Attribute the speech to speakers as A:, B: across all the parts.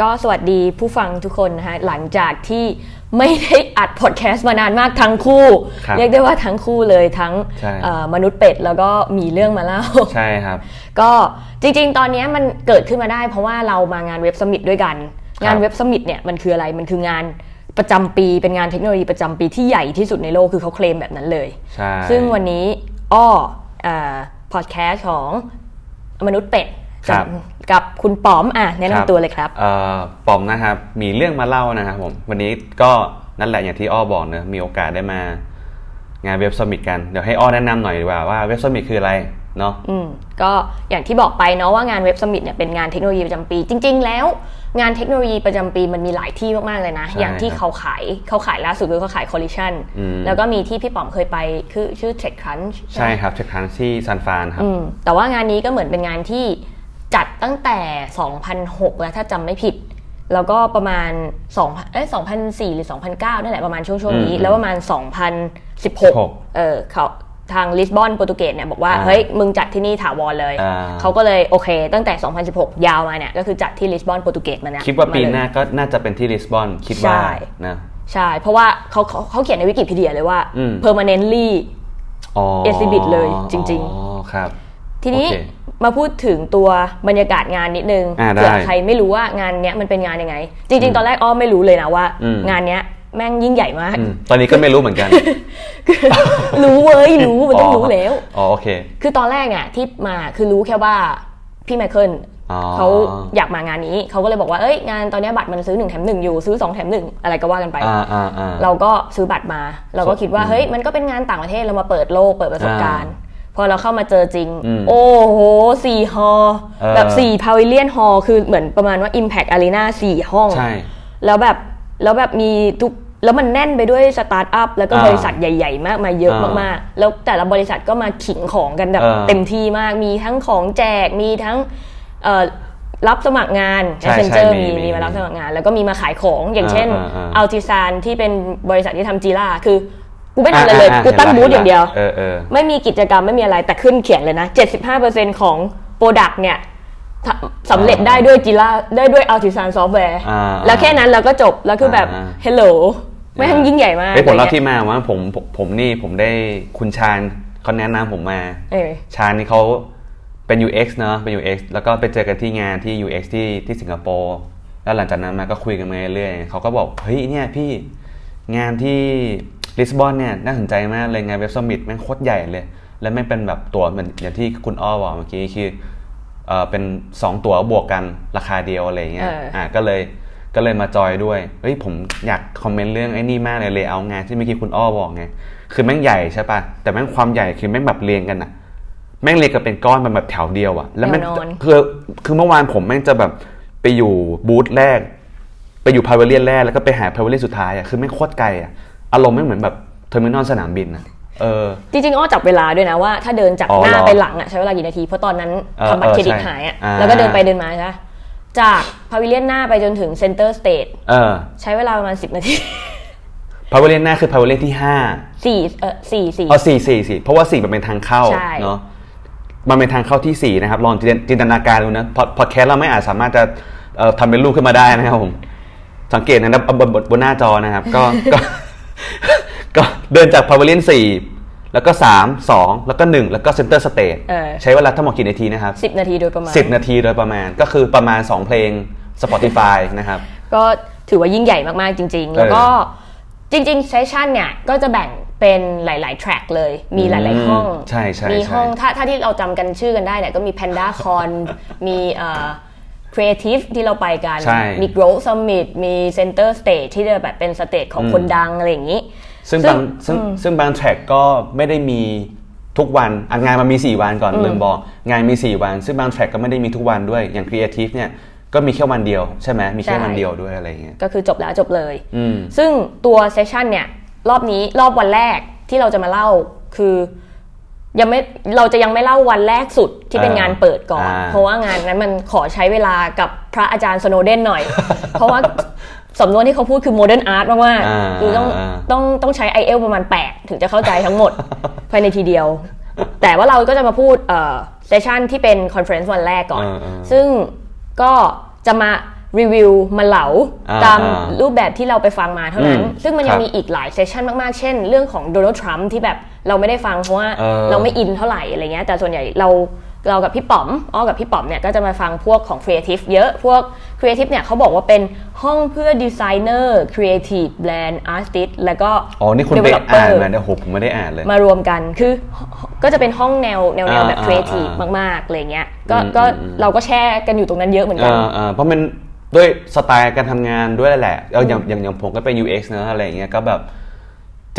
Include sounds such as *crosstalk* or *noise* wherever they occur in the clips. A: ก็สวัสดีผู้ฟังทุกคนนะคะหลังจากที่ไม่ได้อัดพอดแคสต์มานานมากทั้งคู่
B: ครับ
A: เรียกได้ว่าทั้งคู่เลยทั้ง
B: ใช่
A: เอ่อมนุษย์เป็ดแล้วก็มีเรื่องมาเล่า *laughs*
B: ใช่ครับ
A: ก็จริงๆ ตอนเนี้ยมันเกิดขึ้นมาได้ เพราะว่าเรามางานเว็บสมิตด้วยกัน งานเว็บสมิตเนี่ยมันคืออะไรมันคืองานประจำปี เป็นงานเทคโนโลยีประจำปีที่ใหญ่ที่สุดในโลกคือเขาเคลมแบบนั้นเลย
B: ใช่
A: ซึ่งวันนี้อ้อพอดแคสต์ของมนุษย์เป็ด
B: ค
A: กั
B: รับ
A: กับคุณป๋อมอ่ะแนะ
B: ครับ
A: นำตัวเลยครับ
B: เอ่อปอมนะครับ มีเรื่องมาเล่านะครับผมวันนี้ก็นั่นแหละอย่างที่อ้อบอกเนอะมีโอกาสได้มางานเว็บสมิตกันเดี๋ยวให้อ้อแนะนำหน่อยดีกว่าว่าเว็บสมิตคืออะไรเนาะ
A: อืมก็อย่างที่บอกไปเนาะว่างานเว็บสมิตเนี่ยเป็นงานเทคโนโลยีประจำปี จริง ๆ แล้วงานเทคโนโลยีประจำปีมันมีหลายที่มาก ๆ เลยนะ
B: ใช่
A: อย่างที่
B: ครับ
A: เขาขายเขาขายล่าสุดคือเขาขายคอลลิชัน
B: อืม
A: แล้วก็มีที่พี่ป๋อมเคยไปคือชื่อ Tech Crunch
B: ใช่ครับเช็คครั้งที่ซันฟานครับ
A: อืมแต่ว่างานนี้ก็เหมือนเป็นงานที่จัดตั้งแต่ 2006 แล้วถ้าจำไม่ผิด แล้วก็ประมาณ2เอ้ย2004 หรือ 2009นั่นแหละประมาณช่วงช่วงๆนี้
B: อืม
A: แล้วประมาณ 2016
B: 16
A: เออเขาทางลิสบอนโปรตุเกสเนี่ยบอกว่า
B: อ่า
A: เฮ้ย มึงจัดที่นี่ถาวรเลย
B: อ่า
A: เขาก็เลยโอเค ตั้งแต่ 2016 ยาวมาเนี่ย ก็คือจัดที่ลิสบอนโปรตุเกสมาเนี่ย
B: คิดว่าปี
A: มเลย
B: หน้าก็น่าจะเป็นที่ลิสบอนคิด
A: ใช่
B: ว่านะ
A: ใช่ เพราะว่าเขาเขาเขาเขียนในวิกิพีเดียเลยว่า
B: อืม
A: permanently
B: อ๋อ
A: exhibit เลยจริงๆ
B: อ๋อครับ
A: ทีนี้
B: โอเค
A: มาพูดถึงตัวบรรยากาศงานนิดนึง
B: อ่าได้
A: เผื่อใครไม่รู้ว่างานเนี้ยมันเป็นงานยังไง จริง ๆ ตอนแรกอ้อมไม่รู้เลยนะว่า
B: อืม
A: งานเนี้ยแม่งยิ่งใหญ่มาก
B: อืมตอนนี้ก็ไม่รู้เหมือนกัน
A: รู้เว้ยรู้มันต้องรู้แล้ว
B: อ๋อโอเค
A: คือตอนแรกเนี่ยที่มาคือรู้แค่ว่าพี่ไมเคิล
B: อ๋อ
A: เขาอยากมางานนี้เขาก็เลยบอกว่าเอ้ยงานตอนเนี้ยบัตรมันซื้อหนึ่งแถมหนึ่งอยู่ซื้อสองแถมหนึ่งอะไรก็ว่ากันไป
B: อ่าอ่าอ่า
A: เราก็ซื้อบัตรมา เราก็คิดว่า
B: อืม
A: เฮ้ยมันก็เป็นงานต่างประเทศเรามาเปิดโลกเปิดประสบการณ์ พอเราเข้ามาเจอจริง
B: อืม
A: โอ้โหสี่ฮอลล์
B: เออ
A: แบบสี่พาวิเลียนฮอลล์คือเหมือนประมาณว่า Impact Arena สี่ห้อง
B: ใช่
A: แล้วแบบแล้วแบบมีทุกแล้วมันแน่นไปด้วยสตาร์ทอัพแล้วก็
B: อ่า
A: บริษัทใหญ่ ๆ มากมายเยอะ
B: อ่าม
A: มากๆ แล้วแต่ละบริษัทก็มาขิงของกันแบบ
B: เออ
A: เต็มที่มากมีทั้งของแจกมีทั้งเอ่อรับสมัครงาน
B: ใช่ใช่
A: Messenger
B: มี
A: มี
B: มี
A: มีมารับสมัครงาน แล้วก็มีมาขายของอย่างเช่น
B: อ่าอ่าอ่า
A: อัลติซานที่เป็นบริษัทที่ทำจีล่าคือกูไม่ทำอะไรเลยกูตั้งบูธอย่างเดียว
B: เออเออ
A: ไม่มีกิจกรรมไม่มีอะไรแต่ขึ้นเขียนเลยนะ 75%ของโปรดักต์เนี่ยทำสำเร็จได้ด้วยจิล่าได้ด้วยอัลติซานซอฟต์แวร์
B: อ่า
A: แล้วแค่นั้นเราก็จบ แล้วคือแบบ
B: อ่า
A: เฮลโหลแม่งยิ่งใหญ่มาก
B: เฮ้ยผมเล่า
A: อะไร
B: ที่
A: เงี้ย
B: มาว่าผมผมผมนี่ผมได้คุณชาญเขาแนะนำผมมา
A: เออ
B: ชาญนี่เขาเป็น UX เนอะเป็น UX แล้วก็ไปเจอกันที่งานที่ UX ที่ที่สิงคโปร์แล้วหลังจากนั้นมาก็คุยกันมาเรื่อยๆเขาก็บอกเฮ้ยเนี่ยพี่งานที่ลิสบอนเนี่ยน่าสนใจมากเลยงานเว็บสมิตแม่งโคตรใหญ่เลย และไม่งเป็นแบบตั๋วเหมือนอย่างที่คุณอ้อบอกเมื่อกี้คือเออเป็น 2 ตั๋วบวกกันราคาเดียวอะไรอย่างเงี้ย อะไรอย่างเงี้ยอ่าก็เลยก็เลยมาจอยด้วยเฮ้ยผมอยากคอมเมนต์เรื่องไอ้นี่มากเลยเลยเอางานที่เมื่อกี้คุณอ้อบอกไงคือแม่งใหญ่ใช่ปะแต่แม่งความใหญ่คือแม่งแบบเรียงกันอะแม่งเรียงกันเป็นก้อนมันแบบแถวเดียวอะแล้วแม่งคือคือเมื่อวานผมแม่งจะแบบไปอยู่บูธแรก ไปอยู่พาวเวอร์เลียนแรกแล้วก็ไปหาพาวเวอร์เลียนสุดท้ายอะคือแม่งโคตรไกลอะอารมณ์แม่งเหมือนแบบเทอร์มินอลสนามบินอะเออ
A: จริงๆอ้อจับเวลาด้วยนะว่าถ้าเดินจาก
B: อ๋อ
A: หน้า
B: เหรอ
A: ไปหลังอะใช้เวลากี่นาที เพราะตอนนั้น
B: เออ
A: ทำบัตรเครดิต
B: เออใช่
A: หายอะ
B: อ่า
A: แล้วก็เดินไปเดินมาใช่ปะจากพาวิเลียนหน้าไปจนถึงเซ็นเตอร์สเตท
B: เออ
A: ใช้เวลาประมาณ 10 นาที *laughs*
B: พาวเวอร์เลียนหน้าคือพาวเวอร์เลียนที่ห้า
A: สี่เออสี่สี่
B: อ๋อสี่สี่สี่เพราะว่าสี่มันเป็นทางเข้า
A: ใช่
B: เนาะมันเป็นทางเข้าที่สี่นะครับ ลองจินจินตนาการดูนะพอพอดแคสต์เราไม่อาจสามารถจะเอ่อทำเป็นรูปขึ้นมาได้นะครับผมสังเกตนะครับบนบนบนหน้าจอนะครับ ก็ก็ *laughs* ก็เดินจากพาวเวอร์เลียนสี่แล้วก็สามสองแล้วก็หนึ่งแล้วก็เซนเตอร์สเตท
A: เออ
B: ใช้เวลาทั้งหมดกี่นาทีนะครับ
A: สิบนาทีโดยประมาณ
B: สิบนาทีโดยประมาณก็คือประมาณสองเพลง Spotify นะครับ
A: ก็ถือว่ายิ่งใหญ่มาก ๆ จริง ๆ แล้วก็จริง ๆ เซสชันเนี่ย ก็จะแบ่งเป็นหลาย ๆ แทร็กเลย มีหลาย ๆ ห้อง
B: อืมใช่ใช่
A: มี
B: ใช่
A: ห้องถ้าถ้าที่เราจำกันชื่อกันได้เนี่ยก็มี Panda Con มีเอ่อ Creative ที่เราไปกัน
B: ใช่
A: มี Growth Summit มี Center Stage ที่จะแบบเป็นสเตจของ
B: อืม
A: คนดังอะไรอย่างนี้
B: ซึ่ง
A: ซึ่
B: บาง งซึ่งซึ่งบางแทร็กก็ไม่ได้มีทุกวันอ่ะงานมันมี 4 วันก่อนลืมบอกงานมี 4 วัน ซึ่งบางแทร็กก็ไม่ได้มีทุกวันด้วยอย่างครีเอทีฟเนี่ยก็มีแค่วันเดียวใช่ไหมมีแค่
A: ใช่
B: วันเดียวด้วยอะไรอย่างเงี้ย
A: ก็คือจบแล้วจบเลย
B: อืม
A: ซึ่งตัวเซสชันเนี่ย รอบนี้รอบวันแรกที่เราจะมาเล่าคือ ยังไม่เราจะยังไม่เล่าวันแรกสุดที่เป็
B: เออง
A: นานเปิดก่อน
B: อ่า
A: เพราะว่างานนั้นมันขอใช้เวลากับพระอาจารย์สโนเดน
B: *laughs*
A: หน่อย เพราะว่าสำนวนที่เขาพูดคือโมเดิร์นอาร์ตมาก
B: อ่า
A: ๆคือต้อง
B: อ่า
A: ต้องต้องใช้ i อเอลประมาณ 8 ถึงจะเข้าใจทั้
B: *laughs*
A: งหมด ภายในทีเดียว แต่ว่าเราก็จะมาพูดเอ่อเซสชันที่เป็นคอนเฟอเรนซ์วันแรกก่อน
B: เออเออ
A: ซึ่งก็จะมารีวิวมาเหลา
B: อ่า
A: ตาม
B: อ่า
A: รูปแบบที่เราไปฟังมาเท่านั้น
B: อืม
A: ซึ่งมันยัง
B: ครับ
A: มีอีกหลายเซสชันมากๆ เช่น เรื่องของโดนัลด์ทรัมป์ที่แบบเราไม่ได้ฟังเพราะว่า
B: เออ
A: เราไม่อินเท่าไหร่อะไรเงี้ยแต่ส่วนใหญ่เราเรากับพี่ป๋อมอ้อกับพี่ป๋อมเนี่ยก็จะมาฟังพวกของครีเอทีฟเยอะพวกครีเอทีฟเนี่ยเขาบอกว่าเป็นห้องเพื่อดีไซเนอร์ครีเอทีฟแบรนด์อาร์ติสแล้วก็
B: อ๋อ นี่คุณไป
A: developer
B: อ่านมาเนี่ยโหผมไม่ได้อ่านเลย
A: มารวมกันคือก็จะเป็นห้องแนวแนวแนว
B: อ่า
A: แบบ
B: อ่า
A: ครีเอทีฟ
B: อ่าม
A: ากๆอะไรเงี้ยก็
B: อืม
A: ก็
B: อืม
A: เราก็แชร์กันอยู่ตรงนั้นเยอะเหมือนกัน
B: อ่าอ่าเพราะมันด้วยสไตล์การทำงานด้วยแหละเอาอย่างอย่างอย่างผมก็เป็น UX เนอะอะไรอย่างเงี้ยก็แบบ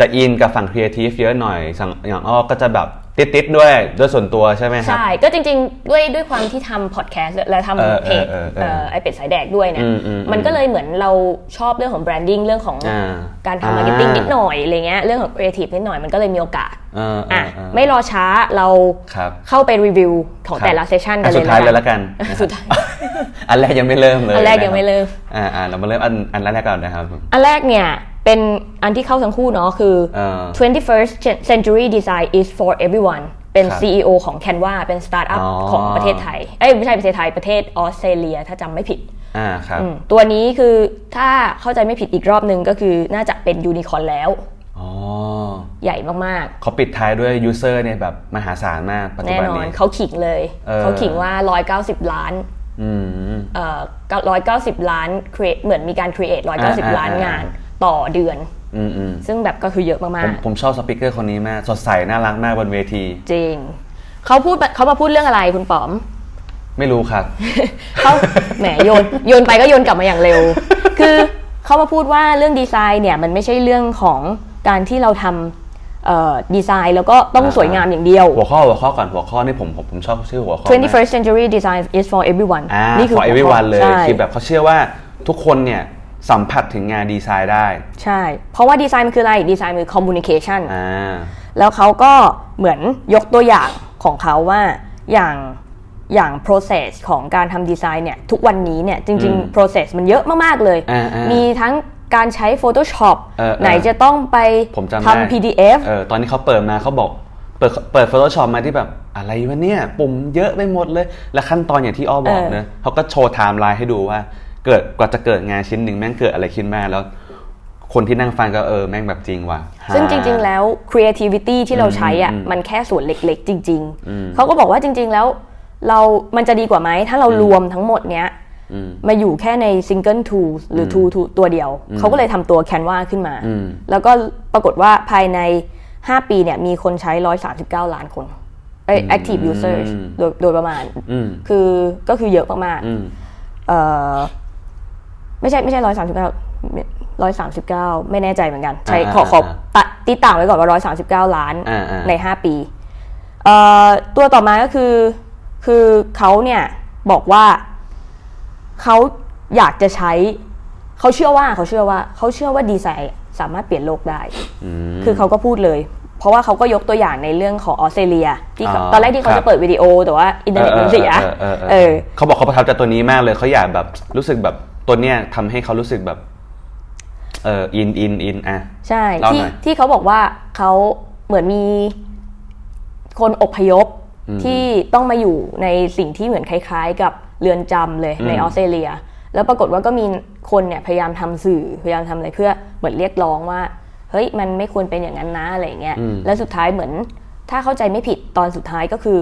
B: จะอินกับฝั่งครีเอทีฟเยอะหน่อยสั่งอย่างอ้อก็จะแบบติดๆด้วยด้วยส่วนตัวใช่ไหมครับ
A: ใช่ ก็จริงๆ ด้วยด้วยความที่ทำพอดแคสต์และทำ
B: เออ
A: เพจ
B: เออเออ
A: เอ่อไอเป็ดสายแดกด้วยเนี่ย
B: อืมอืมอืม
A: มันก็เลยเหมือนเราชอบเรื่องของแบรนดิ้งเรื่องของ
B: อ่า
A: การทำมาร์เก็ตติ้ง
B: อ่านิ
A: นิดหน่อยอะไรเงี้ยเรื่องของครีเอทีฟนิดหน่อยมันก็เลยมีโอกาส
B: อ่า
A: อ่ะ
B: อ่าอ่า
A: ไม่รอช้าเรา
B: ครับ
A: เข้าไปรีวิวของ
B: ครับ
A: แต่ละเซสชันกั
B: อั
A: น
B: สุดท้ายเลยละกัน
A: อ่ะสุดท้าย
B: อันแรกยังไม่เริ่มเลย
A: อันแรก
B: ะคบ
A: ยังไม่เริ่ม
B: อ่าอ่าเรามาเริ่มอันอันแรกก่อนนะครับ
A: อันแรกเนี่ยเป็นอันที่เข้าทั้งคู่เนาะคือ
B: เออ
A: 21st Gen- century design is for everyone เป็น
B: ครับ
A: CEO ของ Canva เป็นสตาร์ทอัพ
B: อ๋อ
A: ของประเทศไทย เอ้ย ไม่ใช่ประเทศไทย ประเทศออสเตรเลีย ถ้าจำไม่ผิด
B: อ่าครับ
A: อืมตัวนี้คือถ้าเข้าใจไม่ผิดอีกรอบนึงก็คือน่าจะเป็นยูนิคอร์นแล้ว
B: อ๋อ
A: ใหญ่มาก
B: เขาปิดท้ายด้วยยูเซอร์เนี่ยแบบมหาศาลมากปัจ
A: ๆ
B: จุ
A: แน่
B: บัน
A: นอน
B: นี้
A: เขาขิงเลย
B: เออ
A: เขาขิงว่า 190 ล้าน
B: อืม
A: เอ่อ190 ล้าน create เหมือนมีการ create
B: อ่าๆๆ
A: 190 ล้านงานต่อเดือน
B: อืมอืม
A: ซึ่งแบบก็คือเยอะมา
B: ผ
A: ก
B: ม
A: ๆ
B: ผมชอบสปิเกอร์คนนี้มาก สดใสน่ารักมากบนเวที
A: จริง เขาพูดเขามาพูดเรื่องอะไรคุณป๋อม
B: ไม่รู้ครับ
A: เขาแหมโยนโยนไปก็โยนกลับมาอย่างเร็ว คือเขามาพูดว่าเรื่องดีไซน์เนี่ยมันไม่ใช่เรื่องของการที่เราทำเอ่อดีไซน์แล้วก็ต้อง
B: อ่า
A: สวยงามอย่างเดียว
B: หัวข้อหัวข้อก่อนหัวข้อนี่ผมผมผมชอบชื่อหัวข้อมาก
A: 21st century design is for everyone
B: อ่า
A: นี่
B: ขอ
A: หัวข้
B: everyone เลย
A: ใช่
B: คือแบบเขาเชื่อว่าทุกคนเนี่ย สัมผัสถึงงานดีไซน์ได้
A: ใช่ เพราะว่าดีไซน์มันคืออะไรดีไซน์มันคือ communication
B: อ่า
A: แล้วเขาก็เหมือนยกตัวอย่างของเขาว่าอย่างอย่าง process ของการทำดีไซน์เนี่ย ทุกวันนี้เนี่ย จริง
B: อืม
A: ๆ process มันเยอะมาก ๆ เลย
B: อ่าๆ
A: มีทั้งการใช้ Photoshop
B: เออๆ
A: ไหนจะต้องไป
B: ผมจำได้
A: ทำ PDF
B: เออตอนนี้เขาเปิดมาเขาบอกเปิดเปิด Photoshop มาที่แบบอะไรวะเนี่ย ปุ่มเยอะไปหมดเลย และขั้นตอนอย่างที่อ้อบอก
A: เออ
B: นะเขาก็โชว์ไทม์ไลน์ให้ดูว่าเกิดกว่าจะเกิดงานชิ้นหนึ่งแม่งเกิดอะไรขึ้นบ้างแล้ว คนที่นั่งฟังก็เออแม่งแบบจริงว่ะ
A: ซึ่งจริง ๆ แล้ว creativity ที่เราใช้อ่ะ
B: อืม
A: มันแค่ส่วนเล็ก ๆ จริง ๆ เขาก็บอกว่าจริง ๆ แล้วเรามันจะดีกว่าไหม ถ้าเรารวมทั้งหมดเนี้ย
B: อืม
A: มาอยู่แค่ใน single tool หรือ tool tool ตัวเดียว เขาก็เลยทำตัว Canva ขึ้นมา
B: อืม
A: แล้วก็ปรากฏว่าภายใน 5 ปีเนี่ยมีคนใช้ 139 ล้านคนเอ้ย active users โดยโดยประมาณ
B: อืม
A: คือก็คือเยอะมาก
B: อืม
A: ๆเอ่อไม่ใช่ไม่ใช่ร้อยสามสิบเก้าร้อยสามสิบเก้าไม่แน่ใจเหมือนกัน ใช้
B: อ่า
A: ขอขอ
B: อ่า
A: ตะตีต่างไว้ก่อนว่าร้อยสามสิบเก้าล้าน
B: อ่าอ่า
A: ในห้าปีเอ่อตัวต่อมาก็คือ คือเขาเนี่ยบอกว่าเขาอยากจะใช้ เขาเชื่อว่าเขาเชื่อว่าเขาเชื่อว่าดีไซน์สามารถเปลี่ยนโลกได้
B: อืม
A: คือเขาก็พูดเลย เพราะว่าเขาก็ยกตัวอย่างในเรื่องของออสเตรเลีย ที่เขา
B: อ๋อ
A: ตอนแรกที่เขา
B: ครั
A: จะ
B: บ
A: เปิดวิดีโอแต่ว่าอินเทอร์เน็ตมันเสีย
B: เออเออเออ
A: เอ
B: เออ
A: อ
B: เขาบอกเขาประทับใจตัวนี้มากเลยเขาอยากแบบรู้สึกแบบตัวเนี้ยทำให้เขารู้สึกแบบเอออินอินอินอ่ะ
A: ใช่
B: เล่า
A: ที่
B: หน่อย
A: ที่เขาบอกว่าเขาเหมือนมีคนอพยพ
B: อืม
A: ที่ต้องมาอยู่ในสิ่งที่เหมือนคล้าย ๆ กับเรือนจำเลย
B: อืม
A: ในออสเตรเลีย แล้วปรากฏว่าก็มีคนเนี่ยพยายามทำสื่อพยายามทำอะไรเพื่อเหมือนเรียกร้องว่า เฮ้ยมันไม่ควรเป็นอย่างนั้นนะอะไรอย่างเงี้ย
B: อืม
A: แล้วสุดท้ายเหมือน ถ้าเข้าใจไม่ผิดตอนสุดท้ายก็คือ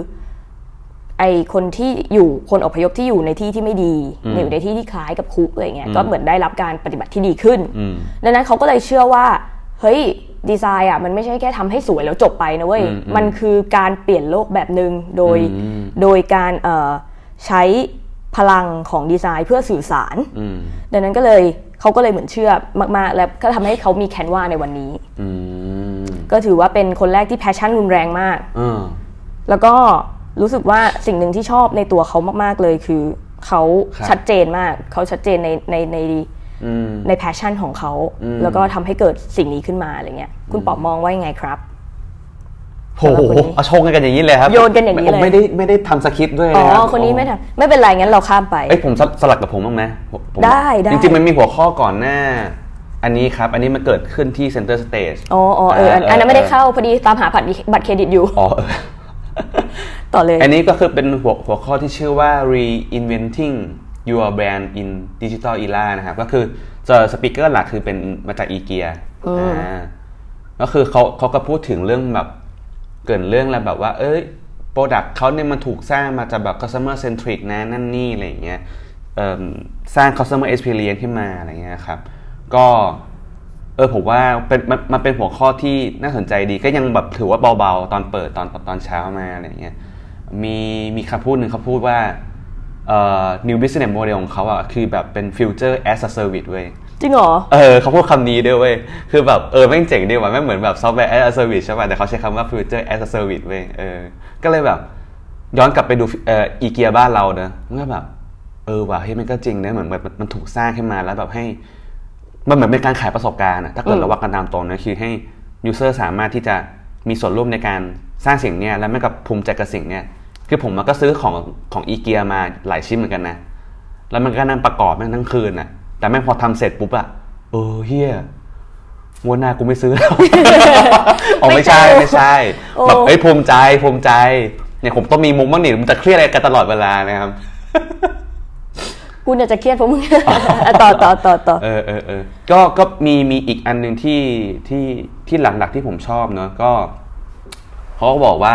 A: ไอคนที่อยู่คนอพยพที่อยู่ในที่ที่ไม่ดี
B: อืม
A: อยู่ในที่ที่คล้ายกับคุกอะไรเงี้ย
B: อืม
A: ก็เหมือนได้รับการปฏิบัติที่ดีขึ้น
B: อืม
A: ดังนั้นเขาก็เลยเชื่อว่า เฮ้ย ดีไซน์อ่ะมันไม่ใช่แค่ทำให้สวยแล้วจบไปนะเว้ย
B: อืมอืม
A: มันคือการเปลี่ยนโลกแบบหนึง่งโดย
B: อืม
A: โดยการเอ่อใช้พลังของดีไซน์เพื่อสื่อสาร
B: อืม
A: ดังนั้นก็เลยเขาก็เลยเหมือนเชื่อมากๆ และก็ทำให้เขามีแคนวาในวันนี้
B: อืม
A: ก็ถือว่าเป็นคนแรกที่แพชชั่นรุนแรงมาก
B: เออ
A: แล้วก็รู้สึกว่าสิ่งหนึ่งที่ชอบในตัวเขามากๆเลยคือเขาชัดเจนมากเขาชัดเจนในในใน
B: อืม
A: ในแพชชั่นของเขา
B: อืม
A: แล้วก็ทำให้เกิดสิ่งนี้ขึ้นมาอะไรเงี้ย คุณปอบมองว่ายังไงครับ
B: โอ้
A: สำหรับ
B: โห
A: คนนี้
B: เอาชงกันอย่างนี้เลยครับ
A: โยนกันอย่างนี้เลย
B: ผมไม่ได้ไม่ได้ทำสคริปต์ด้วย
A: อ๋
B: นะรับ
A: อ คนนี้ไม่ทำไม่เป็นไรงั้นเราข้ามไป
B: เอ้ยผมสสลับกับผมบ้างไหมผมผม
A: ได้ได้
B: จริงๆมันมีหัวข้อก่อนหน้า อันนี้ครับ อันนี้มันเกิดขึ้นที่ Center Stage
A: อ๋ออ๋อเอออันอันนั้นไม่ได้เข้าพอดีตามหาบัตรบัตรเครดิตอยู่
B: อ๋ *laughs* อเออ
A: ต่อเลย
B: อันนี้ก็คือเป็นหัวหัวข้อที่ชื่อว่า reinventing your brand in digital era นะครับ ก็คือเจอสปิเกอร์หลักคือเป็นมาจากอีเกีย
A: อืม
B: ก็คือเขาเขาก็พูดถึงเรื่องแบบเกรินเรื่องแล้วแบบว่า เอ้ยโปรดักต์เขาเนี่ยมันถูกสร้างมาจากแบบ customer centric นะนั่นนี่อะไรอย่างเงี้ยเอิ่มสร้าง customer experience ขึ้นมาอะไรเงี้ยครับ ก็ เออผมว่าเป็นมันมันเป็นหัวข้อที่น่าสนใจดีก็ยังแบบถือว่าเบาๆ ตอนเปิดตอนตอนเช้ามาอะไรอย่างเงี้ยมีมีคำพูดหนึ่งเขาพูดว่าเอ่อ new business model ของเขาอ่ะคือแบบเป็น future as a service เว้ย
A: จริงเหรอ
B: เออเขาพูดคำนี้ด้วยเว้ยคือแบบเออแม่งเจ๋งดีว่ะแม่งเหมือนแบบ software as a service ใช่ป่ะแต่เขาใช้คำว่า future as a service เว้ยเออก็เลยแบบย้อนกลับไปดูเอ่ออีเกียบ้านเราเนอะมันก็แบบเออว่ะเฮ้ยมันก็จริงนะเหมือนแบบมันถูกสร้างขึ้นมาแล้วแบบให้ มันเหมือนเป็นการขายประสบการณ์อะถ้าเกิดเราว่ากันตามตรงนะคือให้ยูเซอร์สามารถที่จะมีส่วนร่วมในการสร้างสิ่งเนี้ยและไม่กับภูมิใจกับสิ่งเนี้ยคือผมมันก็ซื้อของของอีเกียมาหลายชิ้นเหมือนกันนะ แล้วมันก็นั่งประกอบแม่งทั้งคืนอะแต่แม่งพอทำเสร็จปุ๊บอะเออเฮียงวดหน้ากูไม่ซื้อแล้ว *laughs* อ๋อไม่ใช่ไม่ใช่
A: โอ้
B: แบบเอ้ยภูมิใจภูมิใจเนี่ยผมต้องมีมุมบ้างนี่มันจะเครียดอะไรกันตลอดเวลานะครับ
A: กูเนี่ยจะเครียดเพราะมึง อ่ะ *laughs* ต่อต่อต่อต่อ
B: เออเออเออก็ก็มีมีอีกอันหนึ่งที่ที่ที่หลักๆที่ผมชอบเนอะก็เขาก็บอกว่า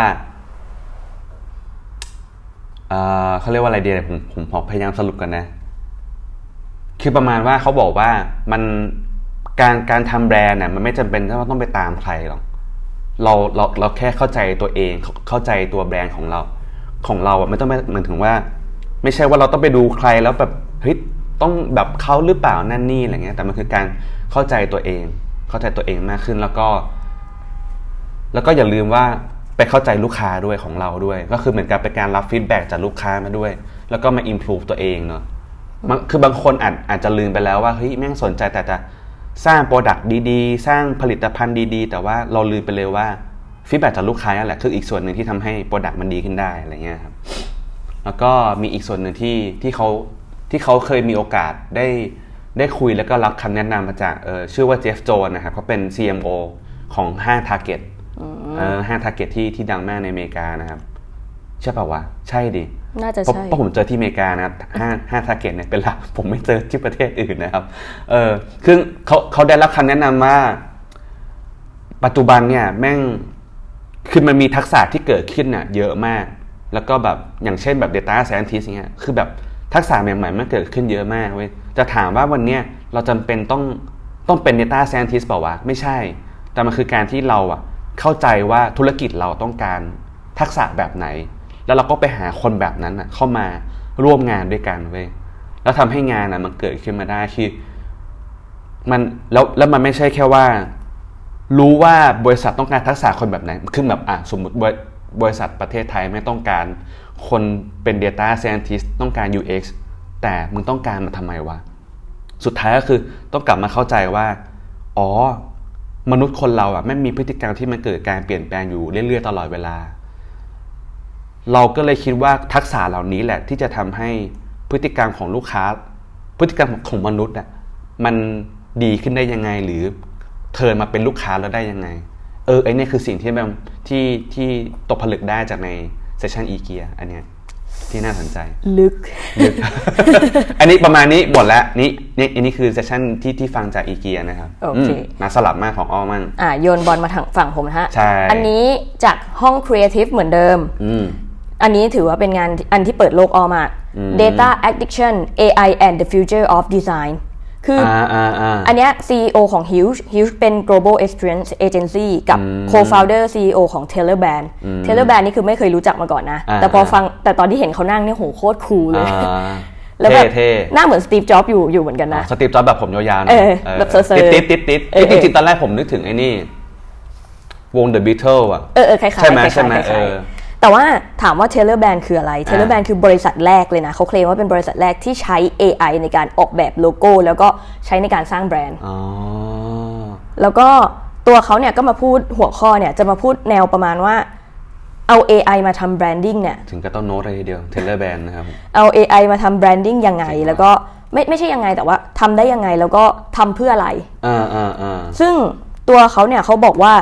B: เอ่อเขาเรียกว่าอะไรเดียผมผมขอพยายามสรุปกันนะ คือประมาณว่าเขาบอกว่ามันการการทำแบรนด์น่ะมันไม่จำเป็นที่ว่าต้องไปตามใครหรอก เราเราเราแค่เข้าใจตัวเองเข้าเข้าใจตัวแบรนด์ของเรา ของเราอะไม่ต้องไปเหมือนถึงว่า ไม่ใช่ว่าเราต้องไปดูใครแล้วแบบเฮ้ยต้องแบบเขาหรือเปล่านั่นนี่อะไรเงี้ย แต่มันคือการเข้าใจตัวเอง เข้าใจตัวเองมากขึ้นแล้วก็ แล้วก็อย่าลืมว่าไปเข้าใจลูกค้าด้วยของเราด้วย ก็คือเหมือนกับเป็นการรับฟีดแบ็จากลูกค้ามาด้วย แล้วก็มา improve ตัวเองเนอะมันคือบางคนอาจอาจจะลืมไปแล้วว่าเฮ้ยแม่งสนใจแต่จะสร้างโปรดักต์ดีๆ สร้างผลิตภัณฑ์ดีๆ แต่ว่าเราลืมไปเลยว่าฟีดแบ็จากลูกค้านั่นแหละคืออีกส่วนหนึ่งที่ทำให้โปรดักต์มันดีขึ้นได้อะไรเงี้ยครับ แล้วก็มีอีกส่วนหนึ่งที่ที่เขาที่เขาเคยมีโอกาสได้ได้คุยแล้วก็รับคำแนะนำมาจากเออชื่อว่าเจฟโจนนะครับเขาเป็น CMO ของห้าง Target เออห้าง Target ที่ที่ดังมากในอเมริกานะครับ ใช่ป่าวะ ใช่ดิ
A: น่าจะ
B: เพราะ
A: ใช่
B: เพราะผมเจอที่อเมริกานะครับห้างห้าง Target เนี่ยเป็นหลัก *laughs* ผมไม่เจอที่ประเทศอื่นนะครับเออคือเขาเขาได้รับคำแนะนำว่า ปัจจุบันเนี่ยแม่ง คือมันมีทักษะที่เกิดขึ้นน่ะเยอะมาก แล้วก็แบบอย่างเช่นแบบ Data Scientist อย่างเงี้ย คือแบบทักษะใหม่ๆมันเกิดขึ้นเยอะมากเว้ย จะถามว่าวันเนี้ยเราจำเป็นต้องต้องเป็น Data Scientist เปล่าวะ ไม่ใช่ แต่มันคือการที่เราอะเข้าใจว่าธุรกิจเราต้องการทักษะแบบไหน แล้วเราก็ไปหาคนแบบนั้นน่ะเข้ามาร่วมงานด้วยกันเว้ย แล้วทำให้งานน่ะมันเกิดขึ้นมาได้คือ มันแล้วแล้วมันไม่ใช่แค่ว่า รู้ว่าบริษัทต้องการทักษะคนแบบไหนคือแบบอ่ะสมมติบริบริษัทประเทศไทยไม่ต้องการคนเป็น Data Scientist ต้องการ UX แต่มึงต้องการมาทำไมวะ สุดท้ายก็คือต้องกลับมาเข้าใจว่า อ๋อ มนุษย์คนเราอ่ะไม่งมีพฤติกรรมที่มันเกิดการเปลี่ยนแปลงอยู่เรื่อยๆตลอดเวลา เราก็เลยคิดว่าทักษะเหล่านี้แหละ ที่จะทำให้พฤติกรรมของลูกค้า พฤติกรรมของมนุษย์น่ะมันดีขึ้นได้ยังไง หรือเทิร์นมาเป็นลูกค้าแล้วได้ยังไง เออไอเนี่ยคือสิ่งที่แบบที่ที่ตกผลึกได้จากในเซสชันอีเกียอันเนี้ยที่น่าส
A: *laughs*
B: นใจ
A: ลึก
B: อันนี้ประมาณนี้หมดแล้วนี่นี่อันนี้คือเซสชันที่ที่ฟังจากอีเกียนะครับ
A: โอเค
B: มมาสลับมากของอ้อมั่ง
A: อ่ะโยนบอลมาทางฝั่งผมนะฮะ
B: ใช่
A: อันนี้จากห้องครีเอทีฟเหมือนเดิม
B: อืม
A: อันนี้ถือว่าเป็นงานอันที่เปิดโลกออมาก
B: อืม
A: Data Addiction AI and the Future of Design คืออ
B: อ่าอ่าอ่า
A: อันเนี้ย CEO ของ Huge Huge เป็น Global Experience Agency กับ
B: อืม
A: Co-founder CEO ของ Taylor Brand Taylor Brand นี่คือไม่เคยรู้จักมาก่อนนะ
B: อ่า
A: แต่พอฟังแต่ตอนที่เห็นเขานั่งเนี่ยโหโคตรคูลเลย
B: อ่า
A: แล้วแบบ
B: เท่
A: หน้าเหมือนสตีฟจ็อบอยู่อยู่เหมือนกันนะ
B: ๆสตีฟจ็อบส์แบบผมยาวๆนะ
A: เออแบบเซอร์ๆ
B: ติดติดติด
A: เออเอ
B: จ
A: อ
B: ริงๆตอนแรกผมนึกถึงไอ้นี่ วง The Beatles อ่ะ
A: เออเออคล้ายๆ
B: ใช่ไหม
A: คล้ายๆ
B: ใช่ไหม
A: คล้ายๆ
B: เออ
A: แต่ว่าถามว่า Taylor Brand คืออะไร Taylor
B: อ่า
A: Brand คือบริษัทแรกเลยนะ เขาเคลมว่าเป็นบริษัทแรกที่ใช้ AI ในการออกแบบโลโก้ แล้วก็ใช้ในการสร้างแบรนด์
B: อ๋อ
A: แล้วก็ ตัวเขาเนี่ยก็มาพูดหัวข้อเนี่ยจะมาพูดแนวประมาณว่าเอา AI มาทำแบรนดิ้งเนี่ย
B: ถึงก็ต้องโน้ตเลยทีเดียวเทเลอร์แบนนะครับ
A: เอา AI มาทำแบรนดิ้งยังไง
B: จริงปะ
A: แล้วก็ไม่ไม่ใช่ยังไงแต่ว่าทำได้ยังไงแล้วก็ทำเพื่ออะไร
B: อ่าอ่าอ่า
A: ซึ่งตัวเขาเนี่ยเขาบอกว่า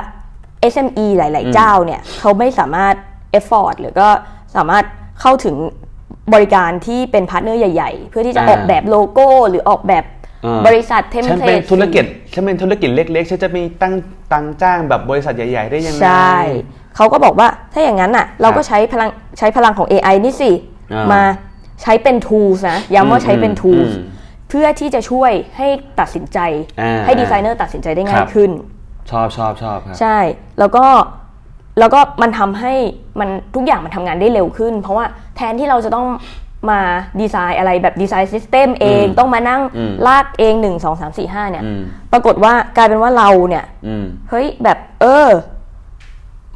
A: SME หลาย
B: อืม
A: ๆ เจ้าเนี่ยเขาไม่สามารถ effort หรือก็สามารถเข้าถึงบริการที่เป็นพาร์ทเนอร์ใหญ่ ๆ เพื่อที่จะออกแบบโลโก้หรือออกแบบ
B: อ่า
A: บริษัทเทม
B: ฉัน
A: เพล
B: เป็
A: ต
B: นธุรกิจฉันเป็นธุรกิจเล็กๆฉันจะมีตั้งตังจ้างแบบบริษัทใหญ่ ๆ ได้ยังไง
A: ใช่ เขาก็บอกว่าถ้าอย่างนั้นน่ะ เราก็
B: ครับ
A: ใช้พลังใช้พลังของ AI นี่สิ
B: อ่าม
A: มาใช้เป็น tools นะ ย้ำว่าใช้เป็น
B: อืม
A: tools
B: อืม
A: เพื่อที่จะช่วยให้ตัดสินใจ
B: อ่า
A: ให้ดีไซเนอร์ตัดสินใจได้
B: ค
A: ง่า
B: รั
A: ย
B: บ
A: ขึ้น
B: ชอบชอบชอบครับ
A: ใช่ แล้วก็แล้วก็มันทำให้มันทุกอย่างมันทำงานได้เร็วขึ้น เพราะว่าแทนที่เราจะต้องมาดีไซน์อะไรแบบดีไซน์ซิสเต็มเอง
B: อืม
A: ต้องมานั่ง
B: อืม
A: ลากเอง 1 2 3 4 5เนี่ย
B: อืม
A: ปรากฏว่ากลายเป็นว่าเราเนี่ย
B: อืม
A: เฮ้ยแบบเออ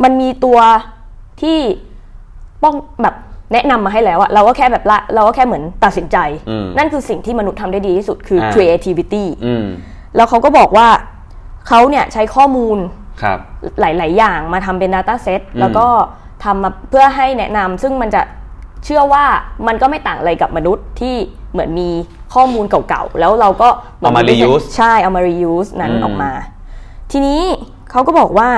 A: มันมีตัวที่ป้องแบบแนะนำมาให้แล้วอะเราก็แค่แบบละเราก็แค่เหมือนตัดสินใจ
B: อืม
A: นั่นคือสิ่งที่มนุษย์ทำได้ดีที่สุดคืออ
B: า
A: creativity
B: อืม
A: แล้วเขาก็บอกว่าเขาเนี่ยใช้ข้อมูล
B: ครับ
A: หลาย ๆ อย่างมาทำเป็น data set
B: อืม
A: แล้วก็ทำมาเพื่อให้แนะนำซึ่งมันจะเชื่อว่ามันก็ไม่ต่างอะไรกับมนุษย์ที่เหมือนมีข้อมูลเก่า ๆ แล้วเราก็หน
B: เอามา reuse
A: ใช่ เอามา reuse นั้น
B: อืม
A: ออกมา ทีนี้เขาก็บอกว่า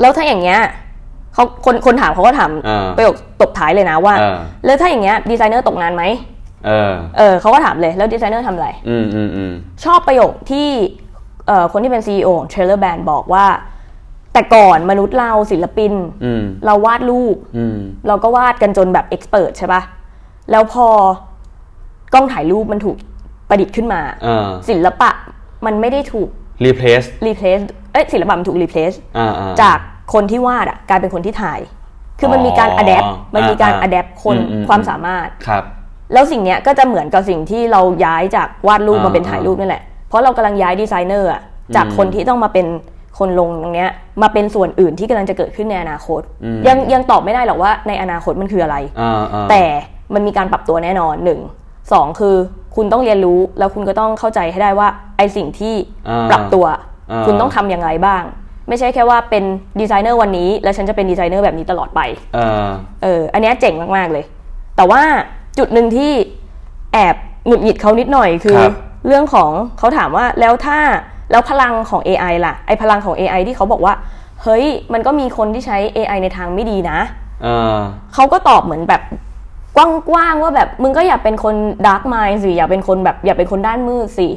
A: แล้วถ้าอย่างเงี้ยเขาคนคนถามเขาก็ถาม
B: เออ
A: ประโยคตบท้ายเลยนะว่า
B: เออ
A: แล้วถ้าอย่างเงี้ยดีไซเนอร์ตกงานไหม
B: เออ
A: เออเขาก็ถามเลยแล้วดีไซเนอร์ทำอะไร
B: อืมอืมอืม
A: ชอบประโยคที่เอ่อคนที่เป็น CEO ของ Trailer Band บอกว่า แต่ก่อนมนุษย์เราศิลปิน
B: อืม
A: เราวาดรูป
B: อืม
A: เราก็วาดกันจนแบบเอ็กซ์เพรสใช่ปะแล้วพอกล้องถ่ายรูปมันถูกประดิษฐ์ขึ้นมา
B: เออ
A: ศิลปะมันไม่ได้ถูก
B: replace
A: รีเพลซเอ้ยศิลปะมันถูกรีเพลซ
B: อ่าอ่
A: จากคนที่วาดอะกลายเป็นคนที่ถ่าย คือมันมีการ
B: อ๋อ
A: อะแดปมันมีการ
B: อ่าๆ
A: อะแดปคน
B: อืมอืม
A: ความสามารถ
B: ครับ
A: แล้วสิ่งเนี้ยก็จะเหมือนกับสิ่งที่เราย้ายจากวาดรูป
B: อ่าม
A: มาเป็นถ่ายรูปนี่แหละ เพราะเรากำลังย้ายดีไซเนอร์อะจาก
B: อืม
A: คนที่ต้องมาเป็นคนลงตรงเนี้ยมาเป็นส่วนอื่นที่กำลังจะเกิดขึ้นในอนาคต
B: อืม
A: ยังยังตอบไม่ได้หรอกว่าในอนาคตมันคืออะไร
B: อ่าอ่า
A: แต่มันมีการปรับตัวแน่นอนหนึ่งสองคือคุณต้องเรียนรู้แล้วคุณก็ต้องเข้าใจให้ได้ว่าไอสิ่งที่
B: อ่า
A: ปรับตัว
B: อ่า
A: คุณต้องทำอย่างไรบ้าง ไม่ใช่แค่ว่าเป็นดีไซเนอร์วันนี้ แล้วฉันจะเป็นดีไซเนอร์แบบนี้ตลอดไป
B: เออ
A: เออ อันเนี้ยเจ๋งมาก ๆ เลย แต่ว่าจุดหนึ่งที่แอบหงุดหงิดเขานิดหน่อยคือ
B: ครับ
A: เรื่องของเขาถามว่าแล้วถ้าแล้วพลังของ AI ล่ะ ไอพลังของ AI ที่เขาบอกว่า เฮ้ย มันก็มีคนที่ใช้ AI ในทางไม่ดีนะ
B: เออ
A: เขาก็ตอบเหมือนแบบกว้างๆว่าแบบมึงก็อย่าเป็นคนดาร์กมายสิอย่าเป็นคนแบบอย่าเป็นคนด้านมืดสิ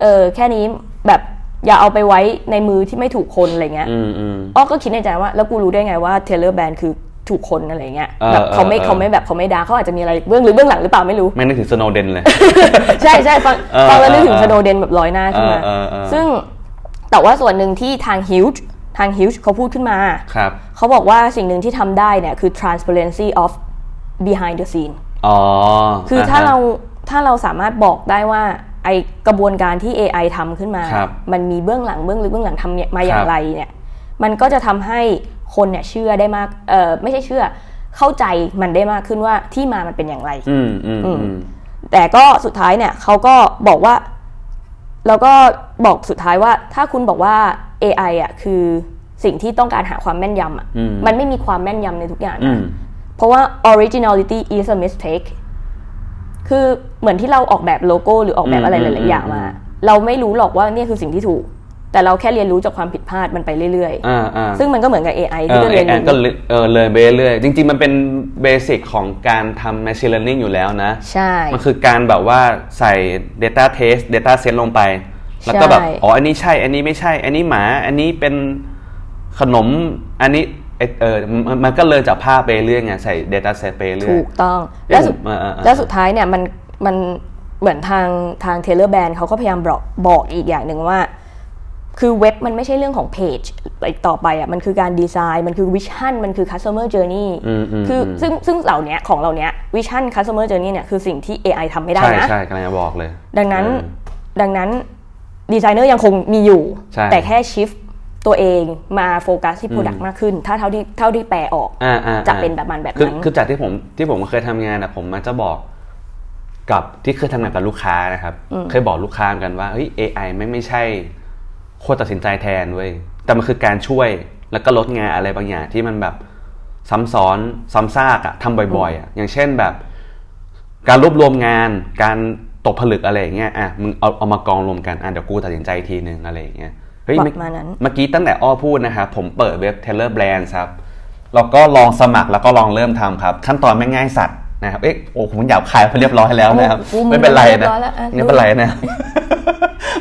A: เออ แค่นี้แบบอย่าเอาไปไว้ในมือที่ไม่ถูกคนอะไรเงี้ย
B: อืมอืม
A: อ้อก็คิดในใจว่าแล้วกูรู้ได้ไงว่าเทเลอร์แบนคือถูกคนอะไรเงี้ย
B: เออ
A: แบบเขาไม่
B: เออ
A: เขาไม่แบบเขาไม่ดาร์กเขาอาจจะมีอะไรเบื้องหรือเบื้องหลังหรือเปล่าไม่รู้ *laughs*
B: ไม่นึกถึงสโนเดนเลย
A: ใช่ใช่ฟัง
B: เออ
A: ฟังแล้วนึกถึง
B: เออ
A: สโนเดนแบบลอยหน้าขึ้นมา
B: เออเออเออ
A: ซึ่งแต่ว่าส่วนหนึ่งที่ทางฮิวจ์ทางฮิวจ์เขาพูดขึ้นมา
B: ครับ
A: เขาบอกว่าสิ่งหนึ่งที่ทำได้เนี่ยคือ transparency of behind the scene
B: อ๋อ
A: คือถ้า
B: ฮะ
A: เราถ้าเราสามารถบอกได้ว่าไอกระบวนการที่ AI ทำขึ้นมา
B: ครับ
A: มันมีเบื้องหลังเบื้องลึกเบื้องหลังทำเนี่ยมาอย่า
B: ครั
A: ง
B: บ
A: ไรเนี่ยมันก็จะทำให้คนเนี่ยเชื่อได้มากเออไม่ใช่เชื่อเข้าใจมันได้มากขึ้นว่าที่มามันเป็นอย่างไร
B: อืมอืมอื
A: อื
B: ม
A: ม แต่ก็สุดท้ายเนี่ยเขาก็บอกว่า แล้วก็บอกสุดท้ายว่า ถ้าคุณบอกว่า AI อ่ะคือสิ่งที่ต้องการหาความแม่นยำอ่ะ
B: อืม
A: มันไม่มีความแม่นยำในทุกอย่าง
B: อื
A: นะ
B: ม
A: เพราะว่า originality is a mistake คือเหมือนที่เราออกแบบโลโก้หรือออกแบบอะไร
B: อืม
A: หลาย ๆ อย่าง
B: อืม
A: มา เราไม่รู้หรอกว่าเนี่ยคือสิ่งที่ถูก แต่เราแค่เรียนรู้จากความผิดพลาดมันไปเรื่อย
B: อ่าอ่า
A: ๆ ซึ่งมันก็เหมือนกับ AI
B: เอ
A: ที่
B: อ
A: ก็
B: ไอ
A: เรียน
B: แอนก็
A: รู้
B: เลยเออเลยไปเรื่อยๆจริง ๆ มันเป็นเบสิกของการทำ machine learning อยู่แล้วนะ
A: ใช่
B: มันคือการแบบว่าใส่ data test data set ลงไป แล้วก็แบบ
A: ใช่
B: อ๋อ อันนี้ใช่ อันนี้ไม่ใช่ อันนี้หมา อันนี้เป็นขนม อันนี้เอเออมันมันก็เลยจากภาพไปเรื่อยไง ใส่ data set ไปเรื่อย
A: ถูกต้อง
B: เอ้ย
A: และสุด
B: ผมอ่าอ่าอ่า
A: และสุดท้ายเนี่ยมันมันเหมือนทางทางเทเลอร์แบนเขาก็พยายามบอกบอกอีกอย่างหนึ่งว่า คือเว็บมันไม่ใช่เรื่องของเพจอีกต่อไปอ่ะมันคือการดีไซน์มันคือวิชั่นมันคือ customer journey
B: อืมอืม
A: คืออ
B: ม
A: ซึ่งซึ่งเหล่าเนี้ยของเราเนี้ยวิชั่น customer journey เนี่ยคือสิ่งที่ AI ทำไม่ได้
B: ใช่
A: นะ
B: ใช่กำลังจะบอกเลย
A: ดังนั้น
B: เออ
A: ดังนั้นดีไซเนอร์ยังคงมีอยู่
B: ใช่
A: แต่แค่ชิฟตัวเองมาโฟกัสที่ product มากขึ้น ถ้าเท่าที่เท่าที่แปลออก
B: อ่าอ่าอ่า
A: จะเป็นแบบมันแบบ
B: คือ
A: นั้น
B: คือจากที่ผมที่ผมเคยทำงานอะผมมันจะบอกกับที่เคยทำงานกับลูกค้านะครับ เคยบอกลูกค้าเหมือนกันว่าเฮ้ย AI ไม่งไม่ใช่ ควรตัดสินใจแทนเว้ยแต่มันคือการช่วยแล้วก็ลดงานอะไรบางอย่างที่มันแบบซ้ำซ้อนซ้ำซากอะทำบ่อยๆอะอย่างเช่นแบบ การรวบรวมงานการตกผลึกอะไรอย่างเงี้ยอ่ะมึงเอาเอามากองรวมกันอ่ะเดี๋ยวกูตัดสินใจทีนึงอะไรอย่างเงี้ยเฮ้ย
A: ประ
B: เมื่อ
A: มาณนั้น
B: เมื่อกี้ตั้งแต่อ้อพูดนะครับผมเปิดเว็บ Taylor Brand ครับเราก็ลองสมัครแล้วก็ลองเริ่มทำครับ ขั้นตอนไม่ง่ายสัตว์นะครับเอ๊ะโอ้ผมอยากขายไปเรียบร้อยแล้วนะครับ
A: กูมึง
B: ไม่เป็นไร
A: เรี
B: นะ
A: ยบร้อยแล้วอ่ะ
B: ไม่เป็นไรนะ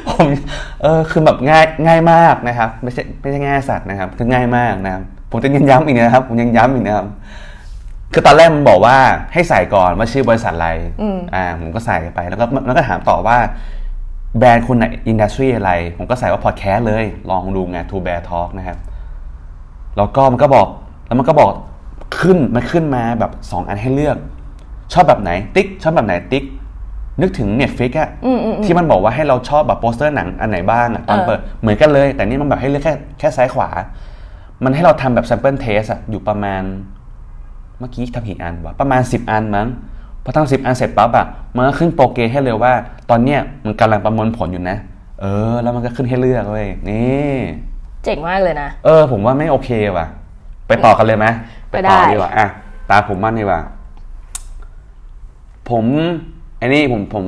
B: ผม *laughs* เออคือแบบง่ายง่ายมากนะครับ ไม่ใช่ไม่ใช่ง่ายสัตว์นะครับคือง่ายมากนะครับ ผมจะยังย้ำอีกนะครับ ผมยังย้ำอีกนะครับ คือตอนแรกมันบอกว่าให้ใส่ก่อนว่าชื่อบริษัทอะไร
A: อืม
B: อ่าผมก็ใส่ไปแล้วก็แล้วก็ถามต่อว่าแบรนด์คุณน่ะอินดัสทรีอะไร ผมก็ใส่ว่าพอดแคสต์เลย ลองดูไง To Bear Talk นะครับ แล้วก็มันก็บอกแล้วมันก็บอกขึ้นมันขึ้นมาแบบ 2 อันให้เลือก ชอบแบบไหนติ๊ก ชอบแบบไหนติ๊ก นึกถึง Netflix อะ
A: อืมอืมอืม
B: ที่มันบอกว่าให้เราชอบแบบโปสเตอร์หนังอันไหนบ้างอะตอน
A: เออ
B: เปิดเหมือนกันเลย แต่นี่มันแบบให้เลือกแค่แค่ซ้ายขวา มันให้เราทำแบบ sample test อะอยู่ประมาณ เมื่อกี้ทำกี่อันวะประมาณ 10 อันมั้งพอทำสิบอันเสร็จปั๊บอะมันก็ขึ้นโปรเกรสให้เลยว่า ตอนเนี้ยมันกำลังประมวลผลอยู่นะ เออ แล้วมันก็ขึ้นให้เลือกเว้ยนี่
A: เจ๋งมากเลยนะ
B: เออ ผมว่าไม่โอเคว่ะ ไปต่อกันเลยไหม
A: ไป
B: ต่อ
A: ได้
B: ดีกว่าอ่ะตามผมบ้างดีกว่า ผมอันนี้ผมผม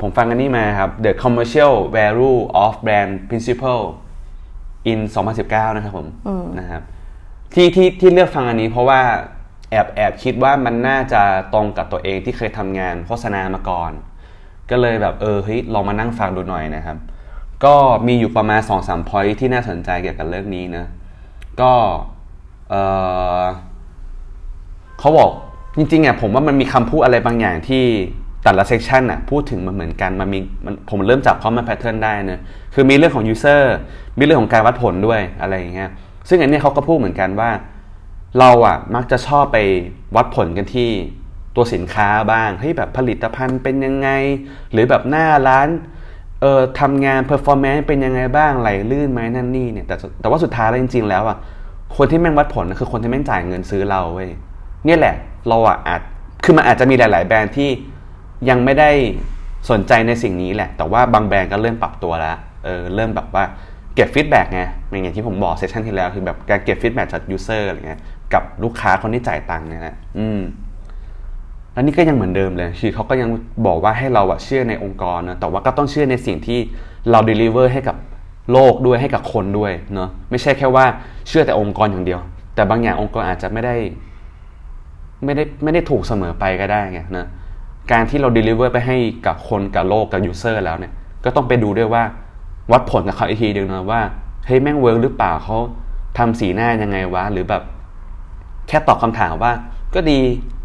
B: ผมฟังอันนี้มาครับ The Commercial Value of Brand Principle in 2019 นะครับผมนะครับ ที่ที่ที่เลือกฟังอันนี้เพราะว่าแอบแอบคิดว่ามันน่าจะตรงกับตัวเองที่เคยทำงานโฆษณามาก่อน ก็เลยแบบเออเฮ้ยลองมานั่งฟังดูหน่อยนะครับ ก็มีอยู่ประมาณ 2-3สาม point ที่น่าสนใจเกี่ยวกับเรื่องนี้นะ ก็เออ เขาบอกจริงๆอ่ะผมว่ามันมีคำพูดอะไรบางอย่างที่แต่ละเซกชันอ่ะพูดถึงมันเหมือนกันมันมีมันผมเริ่มจับ common pattern ได้นะคือมีเรื่องของ user มีเรื่องของการวัดผลด้วยอะไรอย่างเงี้ยซึ่งอันเนี้ยเขาก็พูดเหมือนกันว่า เราอ่ะมักจะชอบไปวัดผลกันที่ตัวสินค้าบ้างเฮ้ยแบบผลิตภัณฑ์เป็นยังไง หรือแบบหน้าร้านเอ่อทำงาน performance เป็นยังไงบ้างไหลลื่นไหมนั่นนี่เนี่ยแต่แต่ว่าสุดท้ายแล้วจริง ๆ แล้วอ่ะคนที่แม่งวัดผลน่ะคือคนที่แม่งจ่ายเงินซื้อเราเว้ย เนี่ยแหละเราอะอาจคือมันอาจจะมีหลาย ๆ แบรนด์ที่ยังไม่ได้สนใจในสิ่งนี้แหละ แต่ว่าบางแบรนด์ก็เริ่มปรับตัวแล้วเออเริ่มแบบว่าเก็บฟีดแบ็กไงอย่างที่ผมบอกเซสชันที่แล้วคือแบบการเก็บฟีดแบ็กจากยูเซอร์อะไรเงี้ยกับลูกค้าคนที่จ่ายตังค์เนี่ยนะอืม แล้วนี่ก็ยังเหมือนเดิมเลยคือเขาก็ยังบอกว่าให้เราอะเชื่อในองค์กรนะแต่ว่าก็ต้องเชื่อในสิ่งที่เราเดลิเวอร์ให้กับโลกด้วยให้กับคนด้วยเนาะไม่ใช่แค่ว่าเชื่อแต่องค์กรอย่างเดียว แต่บางอย่างองค์กรอาจจะไม่ได้ ไม่ได้ไม่ได้ถูกเสมอไปก็ได้ไงนะการที่เรา deliver ไปให้กับคนกับโลกกับ user แล้วเนี่ย ก็ต้องไปดูด้วยว่าวัดผลกับเขาอีกทีหนึ่งนะว่าเฮ้ยแม่งเวิร์กหรือเปล่าเขาทำสีหน้ายังไงวะ หรือแบบ แค่ตอบคำถามว่า ก็ดี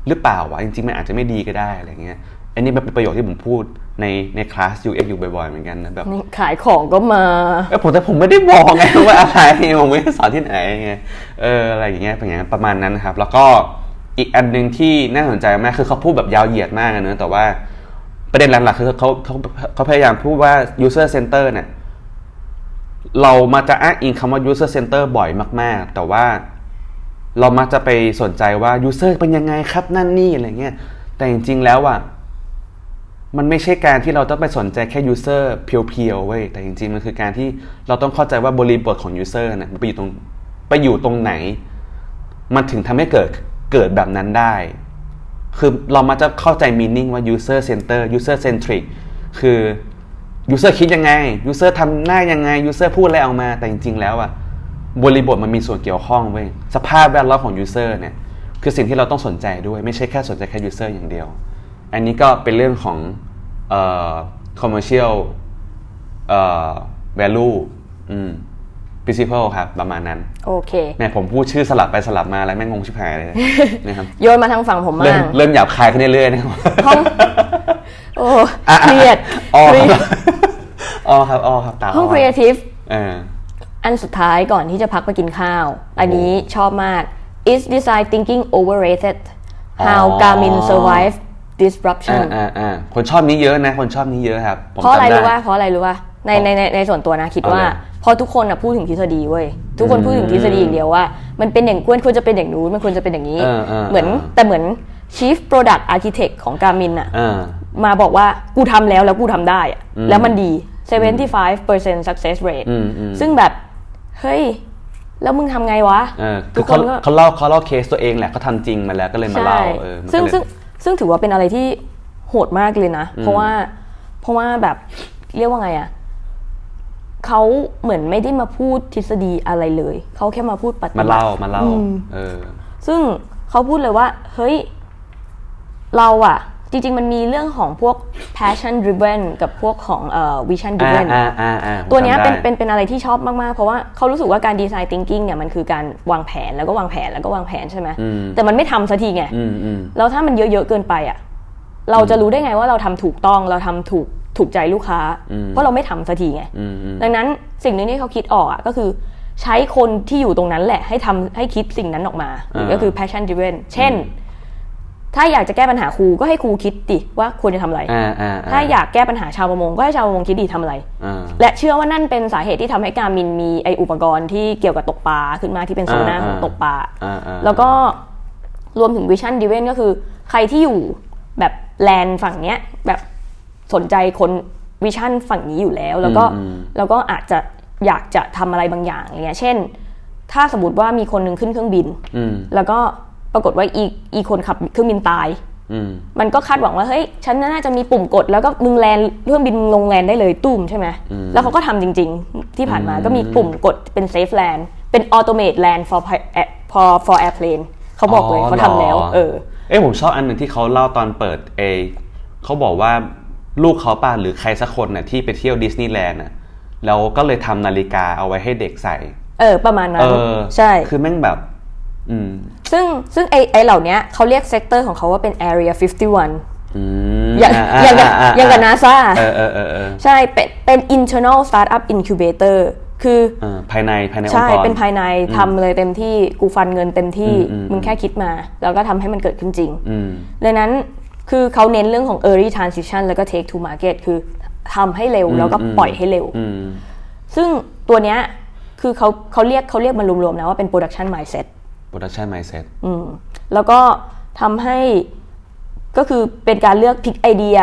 B: หรือเปล่าวะจริงๆ มันอาจจะไม่ดีก็ได้อะไรเงี้ยอันนี้มันเป็นประโยคที่ผมพูดในในคลาส UF อยู่บ่อยๆเหมือนกันนะแบบ
A: นี่ขายของก็มา
B: เออผมแต่ผมไม่ได้บอกไง *laughs* ว่าอะไรผมไม่ได้สอนที่ไหนไงเอออะไรอย่างเงี้ยเป็นอย่างนั้นประมาณนั้นนะครับ แล้วก็อีกอันหนึ่งที่น่าสนใจมากคือเขาพูดแบบยาวเหยียดมากอะเนอะแต่ว่าประเด็นหลักๆคือเขาเขาเขาพยายามพูดว่า user center เนี่ย เรามาจะอ้างอิงคำว่า user center บ่อยมาก ๆ แต่ว่า เรามักจะไปสนใจว่า user เป็นยังไงครับนั่นนี่อะไรเงี้ยแต่จริงๆแล้วอ่ะ มันไม่ใช่การที่เราต้องไปสนใจแค่ user เพียวๆเว้ย แต่จริงๆ มันคือการที่เราต้องเข้าใจว่าบริบทของ user นะมันไปอยู่ตรงไปอยู่ตรงไหน มันถึงทำให้เกิดเกิดแบบนั้นได้ คือเรามาจะเข้าใจ meaning ว่า user center user centric คือ user คิดยังไง user ทำหน้ายังไง user พูดอะไรออกมา แต่จริง ๆ แล้วอะบริบทมันมีส่วนเกี่ยวข้องเว้ย สภาพแวดล้อมของ user เนี่ย คือสิ่งที่เราต้องสนใจด้วย ไม่ใช่แค่สนใจแค่ user อย่างเดียว อันนี้ก็เป็นเรื่องของเอ่อ commercial เอ่อ value อืม principle ครับ ประมาณนั้น
A: โอเค
B: เนี่ยผมพูดชื่อสลับไปสลับมาแล้วแม่งงงชิบหายเลย นะครับ
A: โยนมาทางฝั่งผม
B: เริ่
A: บ้าม ง
B: เริ่มหยาบคายขึ้นเรื่อยๆนะครับ
A: โอ้
B: อ่ะ
A: เครียด
B: อ๋อ
A: เครียด
B: อ๋อครับอ๋อครับตา
A: ห้องครีเอ
B: อ
A: ทีฟ
B: เออ
A: อันสุดท้ายก่อนที่จะพักไปกินข้าว อันนี้ชอบมาก is design thinking overrated how
B: อ๋อ
A: Garmin survive disruption
B: อ่าอ่าอ่าคนชอบนี้เยอะนะ คนชอบนี้เยอะครับ ผม
A: เพราะอะไร
B: จำด้
A: รู้ว่าเพราะอะไรรู้ว่าในในในในส่วนตัวนะคิดว่า
B: เอาเลย
A: เพราะทุกคนนะพูดถึงทฤษฎีเว้ยทุกคนพูดถึงทฤษฎีอย่างเดียวว่า มันเป็นอย่างควรควรจะเป็นอย่างนู้นมันควรจะเป็นอย่างนี้
B: เออเออ
A: เหมือน
B: เออ
A: แต่เหมือน chief product architect ของ Garmin อะ
B: อ่า
A: มาบอกว่ากูทำแล้วแล้วกูทำได้อะ
B: อืม
A: แล้วมันดี 75% success rate
B: อืมอืม
A: ซึ่งแบบ เฮ้ย แล้วมึงทำไงวะ
B: เออคือ
A: ทุกค
B: เขา
A: นก็
B: เขาเล่าเขาเล่าเคสตัวเองแหละเขาทำจริงมาแล้วก็เลยมา
A: ใช่
B: เล่าเออมันก็
A: ซึ่ง
B: เลย
A: ซึ่งซึ่งถือว่าเป็นอะไรที่โหดมากเลยนะ เพราะว่าเพราะว่าแบบเรียกว่าไงอะเขาเหมือนไม่ได้มาพูดทฤษฎีอะไรเลย เขาแค่มาพูดปฏิ
B: มา
A: บัติ
B: เล่ามาเล่า เออ
A: ซึ่งเขาพูดเลยว่า เฮ้ย เราอะจริง ๆ มันมีเรื่องของพวก passion driven กับพวกของเอ่อ vision
B: อ่า
A: driven
B: อ่าอ่าอ่า
A: ตัวเนี้ยเป็น
B: จำได้
A: เป็นเป็นอะไรที่ชอบมาก ๆ เพราะว่าเขารู้สึกว่าการดีไซน์ thinking เนี่ยมันคือการวางแผนแล้วก็วางแผนแล้วก็วางแผนใช่ไหม
B: อืม
A: แต่มันไม่ทำสักทีไง
B: อืมอืม
A: แล้วถ้ามันเยอะ ๆ เกินไปอะเราจะรู้ได้ไงว่าเราทำถูกต้องเราทำถูกถูกใจลูกค้า เพราะเราไม่ทำสักทีไง
B: อืมอืม
A: ดังนั้นสิ่งหนึ่งที่เขาคิดออกอะก็คือใช้คนที่อยู่ตรงนั้นแหละให้ทำให้คิดสิ่งนั้นออกมาหรืออา ก็คือ passion driven เช่น ถ้าอยากจะแก้ปัญหาครูก็ให้ครูคิดดิว่าควรจะทำอะไร
B: อ่าอ่า
A: ถ้าอยากแก้ปัญหาชาวประมงก็ให้ชาวประมงคิดดีทำอะไร
B: อ่า
A: และเชื่อว่านั่นเป็นสาเหตุที่ทำให้การมินมีไออุปกรณ์ที่เกี่ยวกับตกปลาขึ้นมาที่เป็นโซน่า
B: อ่า
A: ของตกปลา
B: อ่าอ่า
A: แล้วก็รวมถึงวิชั่นดิเวนก็คือ ใครที่อยู่แบบแลนด์ฝั่งเนี้ยแบบสนใจคนวิชั่นฝั่งนี้อยู่แล้ว แล้วก็แล้วก็อาจจะอยากจะทำอะไรบางอย่างอย่างเงี้ยเช่น ถ้าสมมติว่ามีคนหนึ่งขึ้นเครื่องบิน
B: อืม
A: แล้วก็ปรากฏว่าอีอีคนขับเครื่องบินตาย
B: อืม
A: มันก็คาดหวังว่าเฮ้ยฉันน่าจะมีปุ่มกด แล้วก็มึงแลนเครื่องบินมึงลงแลนได้เลยตุ้มใช่ไหมแล้วเขาก็ทำจริง ๆ ที่ผ่านมาก็มีปุ่มกดเป็น safe land เป็น automate land for pi- eh, for for airplane เขาบอกเลยเขาทำแล้ว
B: หร
A: เออ
B: เอ้ยผมชอบอันหนึ่งที่เขาเล่าตอนเปิดเอเขาบอกว่าลูกเขาป่ะหรือใครสักคนน่ะที่ไปเที่ยวดิสนีย์แลนด์น่ะแล้วก็เลยทำนาฬิกาเอาไว้ให้เด็กใส่
A: เออ ประมาณนั้
B: เอน อ
A: ใช่
B: คือแม่งแบบ อืม
A: ซึ่งซึ่งไอไอเหล่าเนี้ยเขาเรียกเซกเตอร์ของเขาว่าเป็น area 51
B: อืม
A: อย่างอย่างกับอย่างกับ NASA
B: เออเออเออเออ
A: ใช่ เป็นเป็น internal startup incubator คือ
B: เออภายในภายในอง
A: ใช่
B: ค์กร
A: เป็นภายในทำเลยเต็มที่กูฟันเงินเต็มที่
B: อืมอืม
A: มึงแค่คิดมา แล้วก็ทำให้มันเกิดขึ้นจริง
B: อืม
A: ดังนั้นคือเขาเน้นเรื่องของ early transition แล้วก็ take to market คือทำให้เร็วแล้วก็
B: อืม
A: ปล่อยให้เร็ว
B: อืม
A: ซึ่งตัวเนี้ยคือเขาเขาเรียกเขาเรียกมันรวมๆนะว่าเป็น production mindset
B: โปรดักชันไมซ์เซ็ต
A: อืมแล้วก็ทำให้ก็คือเป็นการเลือก pick idea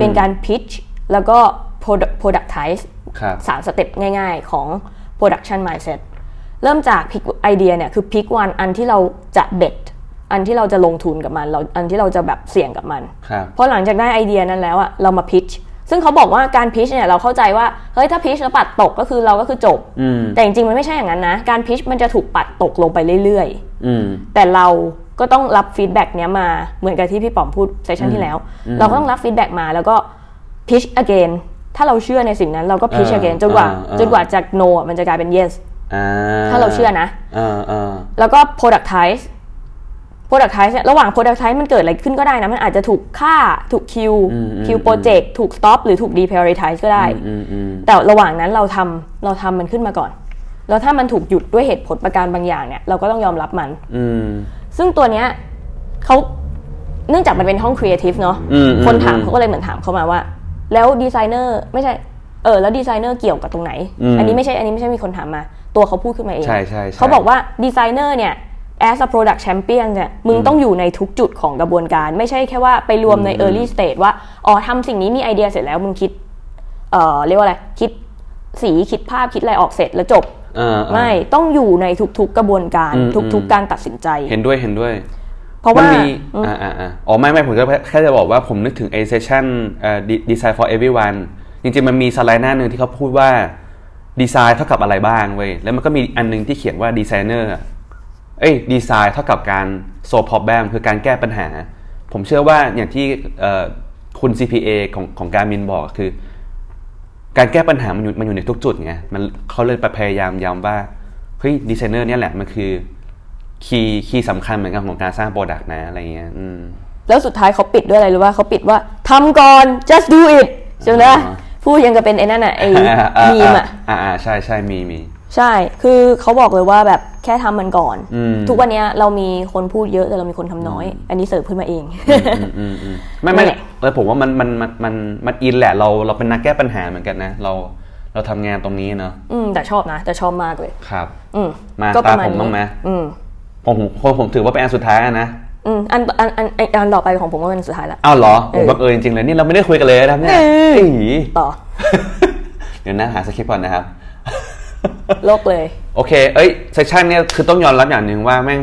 A: เป็นการ pitch แล้วก็ product- productize
B: ครับ
A: สามสเต็ปง่ายๆของ production mindset เริ่มจาก pick idea เนี่ยคือ pick one อันที่เราจะเบ็ดอันที่เราจะลงทุนกับมันเราอันที่เราจะแบบเสี่ยงกับมัน
B: ครับ
A: เพราะหลังจากได้ไอเดียนั้นแล้วอะเรามา pitch ซึ่งเขาบอกว่าการ pitch เนี่ยเราเข้าใจว่า เฮ้ยถ้า pitch แล้วปัดตกก็คือเราก็คือจบ
B: อืม
A: แต่จริงๆ มันไม่ใช่อย่างนั้นนะ การ pitch มันจะถูกปัดตกลงไปเรื่อยๆ
B: อืม
A: แต่เราก็ต้องรับฟีดแบ็กเนี้ยมาเหมือนกับที่พี่ป๋อมพูดเซสชันที่แล้ว เราก็ต้องรับฟีดแบ็กมาแล้วก็พิช again ถ้าเราเชื่อในสิ่งนั้นเราก็พิช
B: อ่า
A: again จนกว่า
B: อ่าอ่า
A: จนกว่าจาก no อะมันจะกลายเป็น yes
B: อ่า
A: ถ้าเราเชื่อนะ
B: อ่าอ่า
A: แล้วก็ productize productize เนี่ยระหว่าง productize มันเกิดอะไรขึ้นก็ได้นะ มันอาจจะถูกฆ่าถูกคิวคิวโปรเจกต์ถูก stop หรือถูก deprioritize ก็ได้
B: อืมอืม
A: แต่ระหว่างนั้นเราทำเราทำมันขึ้นมาก่อน แล้วถ้ามันถูกหยุดด้วยเหตุผลประการบางอย่างเนี่ยเราก็ต้องยอมรับมัน
B: อืม
A: ซึ่งตัวเนี้ยเขาเนื่องจากมันเป็นห้องครีเอทีฟเนาะ
B: อืมอืม
A: คนถาม
B: อืม
A: เขาก็เลยเหมือนถามเข้ามาว่า แล้วดีไซเนอร์ไม่ใช่เออแล้วดีไซเนอร์เกี่ยวกับตรงไหน
B: อืม
A: อันนี้ไม่ใช่อันนี้ไม่ใช่มีคนถามมา ตัวเขาพูดขึ้นมาเอง
B: ใช่ใช่ใช่
A: เขาบอกว่าดีไซเนอร์เนี่ย as a product champion เนี่ยมึงต้องอยู่ในทุกจุดของกระบวนการ ไม่ใช่แค่ว่าไปรวมใน early stage ว่าอ๋อทำสิ่งนี้มีไอเดียเสร็จแล้วมึงคิดเอ่อเรียกว่าอะไรคิดสีคิดภาพคิดอะไรออกเสร็จแล้วจบ
B: อ่าอ่า
A: ไม่ต้องอยู่ในทุกๆกระบวนการ
B: อืมอืม
A: ทุก ๆ การตัดสินใจ
B: เห็นด้วยเห็นด้วย
A: เพราะ
B: มัน
A: ว่าม
B: มีอ่าอ่าอ่าอ๋อไม่ไม่ผมก็แค่จะบอกว่าผมนึกถึงไอเซชั o นเอ่อดีไซน์ for everyone จริงๆ มันมีสไลด์หน้าหนึ่งที่เขาพูดว่าดีไซน์เท่ากับอะไรบ้างเว้ยแล้วมันก็มีอันหนึงที่เขียนว่าดีไซเนอร์เอ้ยดีไซน์เท่ากับการ solve problem คือการแก้ปัญหา ผมเชื่อว่าอย่างที่เอ่อคุณ CPA ของของการมินบอกคือ การแก้ปัญหามันอยู่มันอยู่ในทุกจุดไงมันเขาเลยไปพยายามย้ำว่าเฮ้ยดีไซเนอร์เนี่ยแหละมันคือ คีย์คีย์สำคัญเหมือนกันของการสร้างโปรดักต์นะอะไรเงี้ย อืม
A: แล้วสุดท้ายเขาปิดด้วยอะไรรู้ว่าเขาปิดว่าทำก่อน just do it ใช่ไหม
B: อ่า
A: พูดยังกับเป็นไอ้นั่นอ่ะไอ้มีมอ่ะ
B: อ่าอ่าใช่ใช่มีมี
A: ใช่ คือเขาบอกเลยว่าแบบแค่ทำมันก่อน
B: อืม
A: ทุกวันเนี้ยเรามีคนพูดเยอะแต่เรามีคนทำน้อย อันนี้เสริมขึ้นมาเอง
B: อืมอืมอืมไม่ไม่
A: นั่นแหละ
B: เออผมว่ามันมันมันมันมันอินแหละเราเราเป็นนักแก้ปัญหาเหมือนกันนะ เราเราทำงานตรงนี้เนาะ
A: อืมแต่ชอบนะ แต่ชอบมากเลย
B: ครับ
A: อืม
B: มา
A: ก็ป
B: ตา
A: ระมาณ
B: ผม
A: นี้
B: บ้างไหม
A: อืม
B: ผมผมผมผมถือว่าเป็นอันสุดท้ายแล้วนะ
A: อืมอันอันอันอันอันต่อไปของผมก็เป็นสุดท้ายละ
B: อ้าวเหรอผม
A: เออ
B: บังเอิญจริงๆเลยนี่เราไม่ได้คุยกันเลยนะครับเนี่ยเอ้ย
A: ต่อ
B: *laughs* เดี๋ยวนะหาสคริปต์ก่อนนะครับ
A: โลกเลย
B: โอเค เอ้ย เซสชันเนี่ยคือต้องยอมรับอย่างหนึ่งว่าแม่ง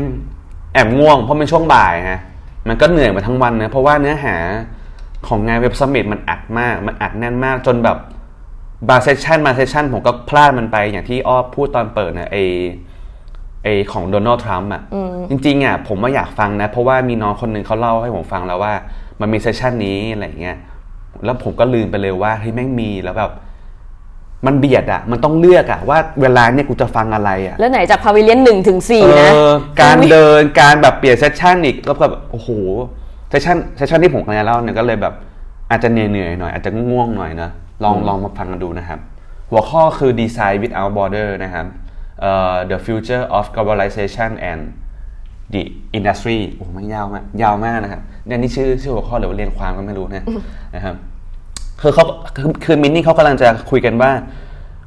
B: แอบง่วงเพราะมันช่วงบ่ายฮะ มันก็เหนื่อยมาทั้งวันนะ เพราะว่าเนื้อหาของงานเว็บสมิตมันอัดมาก มันอัดแน่นมากจนแบบบางเซสชันมางเซสชันผมก็พลาดมันไปอย่างที่อ้อพูดตอนเปิดนะไอไอของโดนัลด์ทรัมป์อ่ะ จริงๆอ่ะผมว่าอยากฟังนะ เพราะว่ามีน้องคนหนึ่งเขาเล่าให้ผมฟังแล้วว่า มันมีเซสชันนี้อะไรอย่างเงี้ย แล้วผมก็ลืมไปเลยว่าเฮ้ยแม่งมีแล้วแบบ มันเบียดอ่ะ มันต้องเลือกอ่ะว่าเวลาเนี่ยกูจะฟังอะไรอ่ะ
A: แล้วไหนจากพาวิเลียนหนึ่งถึงสี่นะ
B: เออการเดินการแบบเปลี่ยนเซสชันอีกแล้วก็แบบโอ้โหเซสชันเซสชันที่ผมกำลังจะเล่าเนี่ยก็เลยแบบอาจจะเหนื่อยๆหน่อยอาจจะง่วงๆหน่อยนะลองลองมาฟังกันดูนะครับ หัวข้อคือ Design without border นะครับเอ่อ the future of globalization and the industry โอ้โหมันยาวมากยาวมากนะครับเนี่ยนี่ชื่อชื่อหัวข้อหรือว่าเรียนความก็ไม่รู้ *laughs* นะนะครับ คือเขาคือคือมินนี่เขากำลังจะคุยกันว่า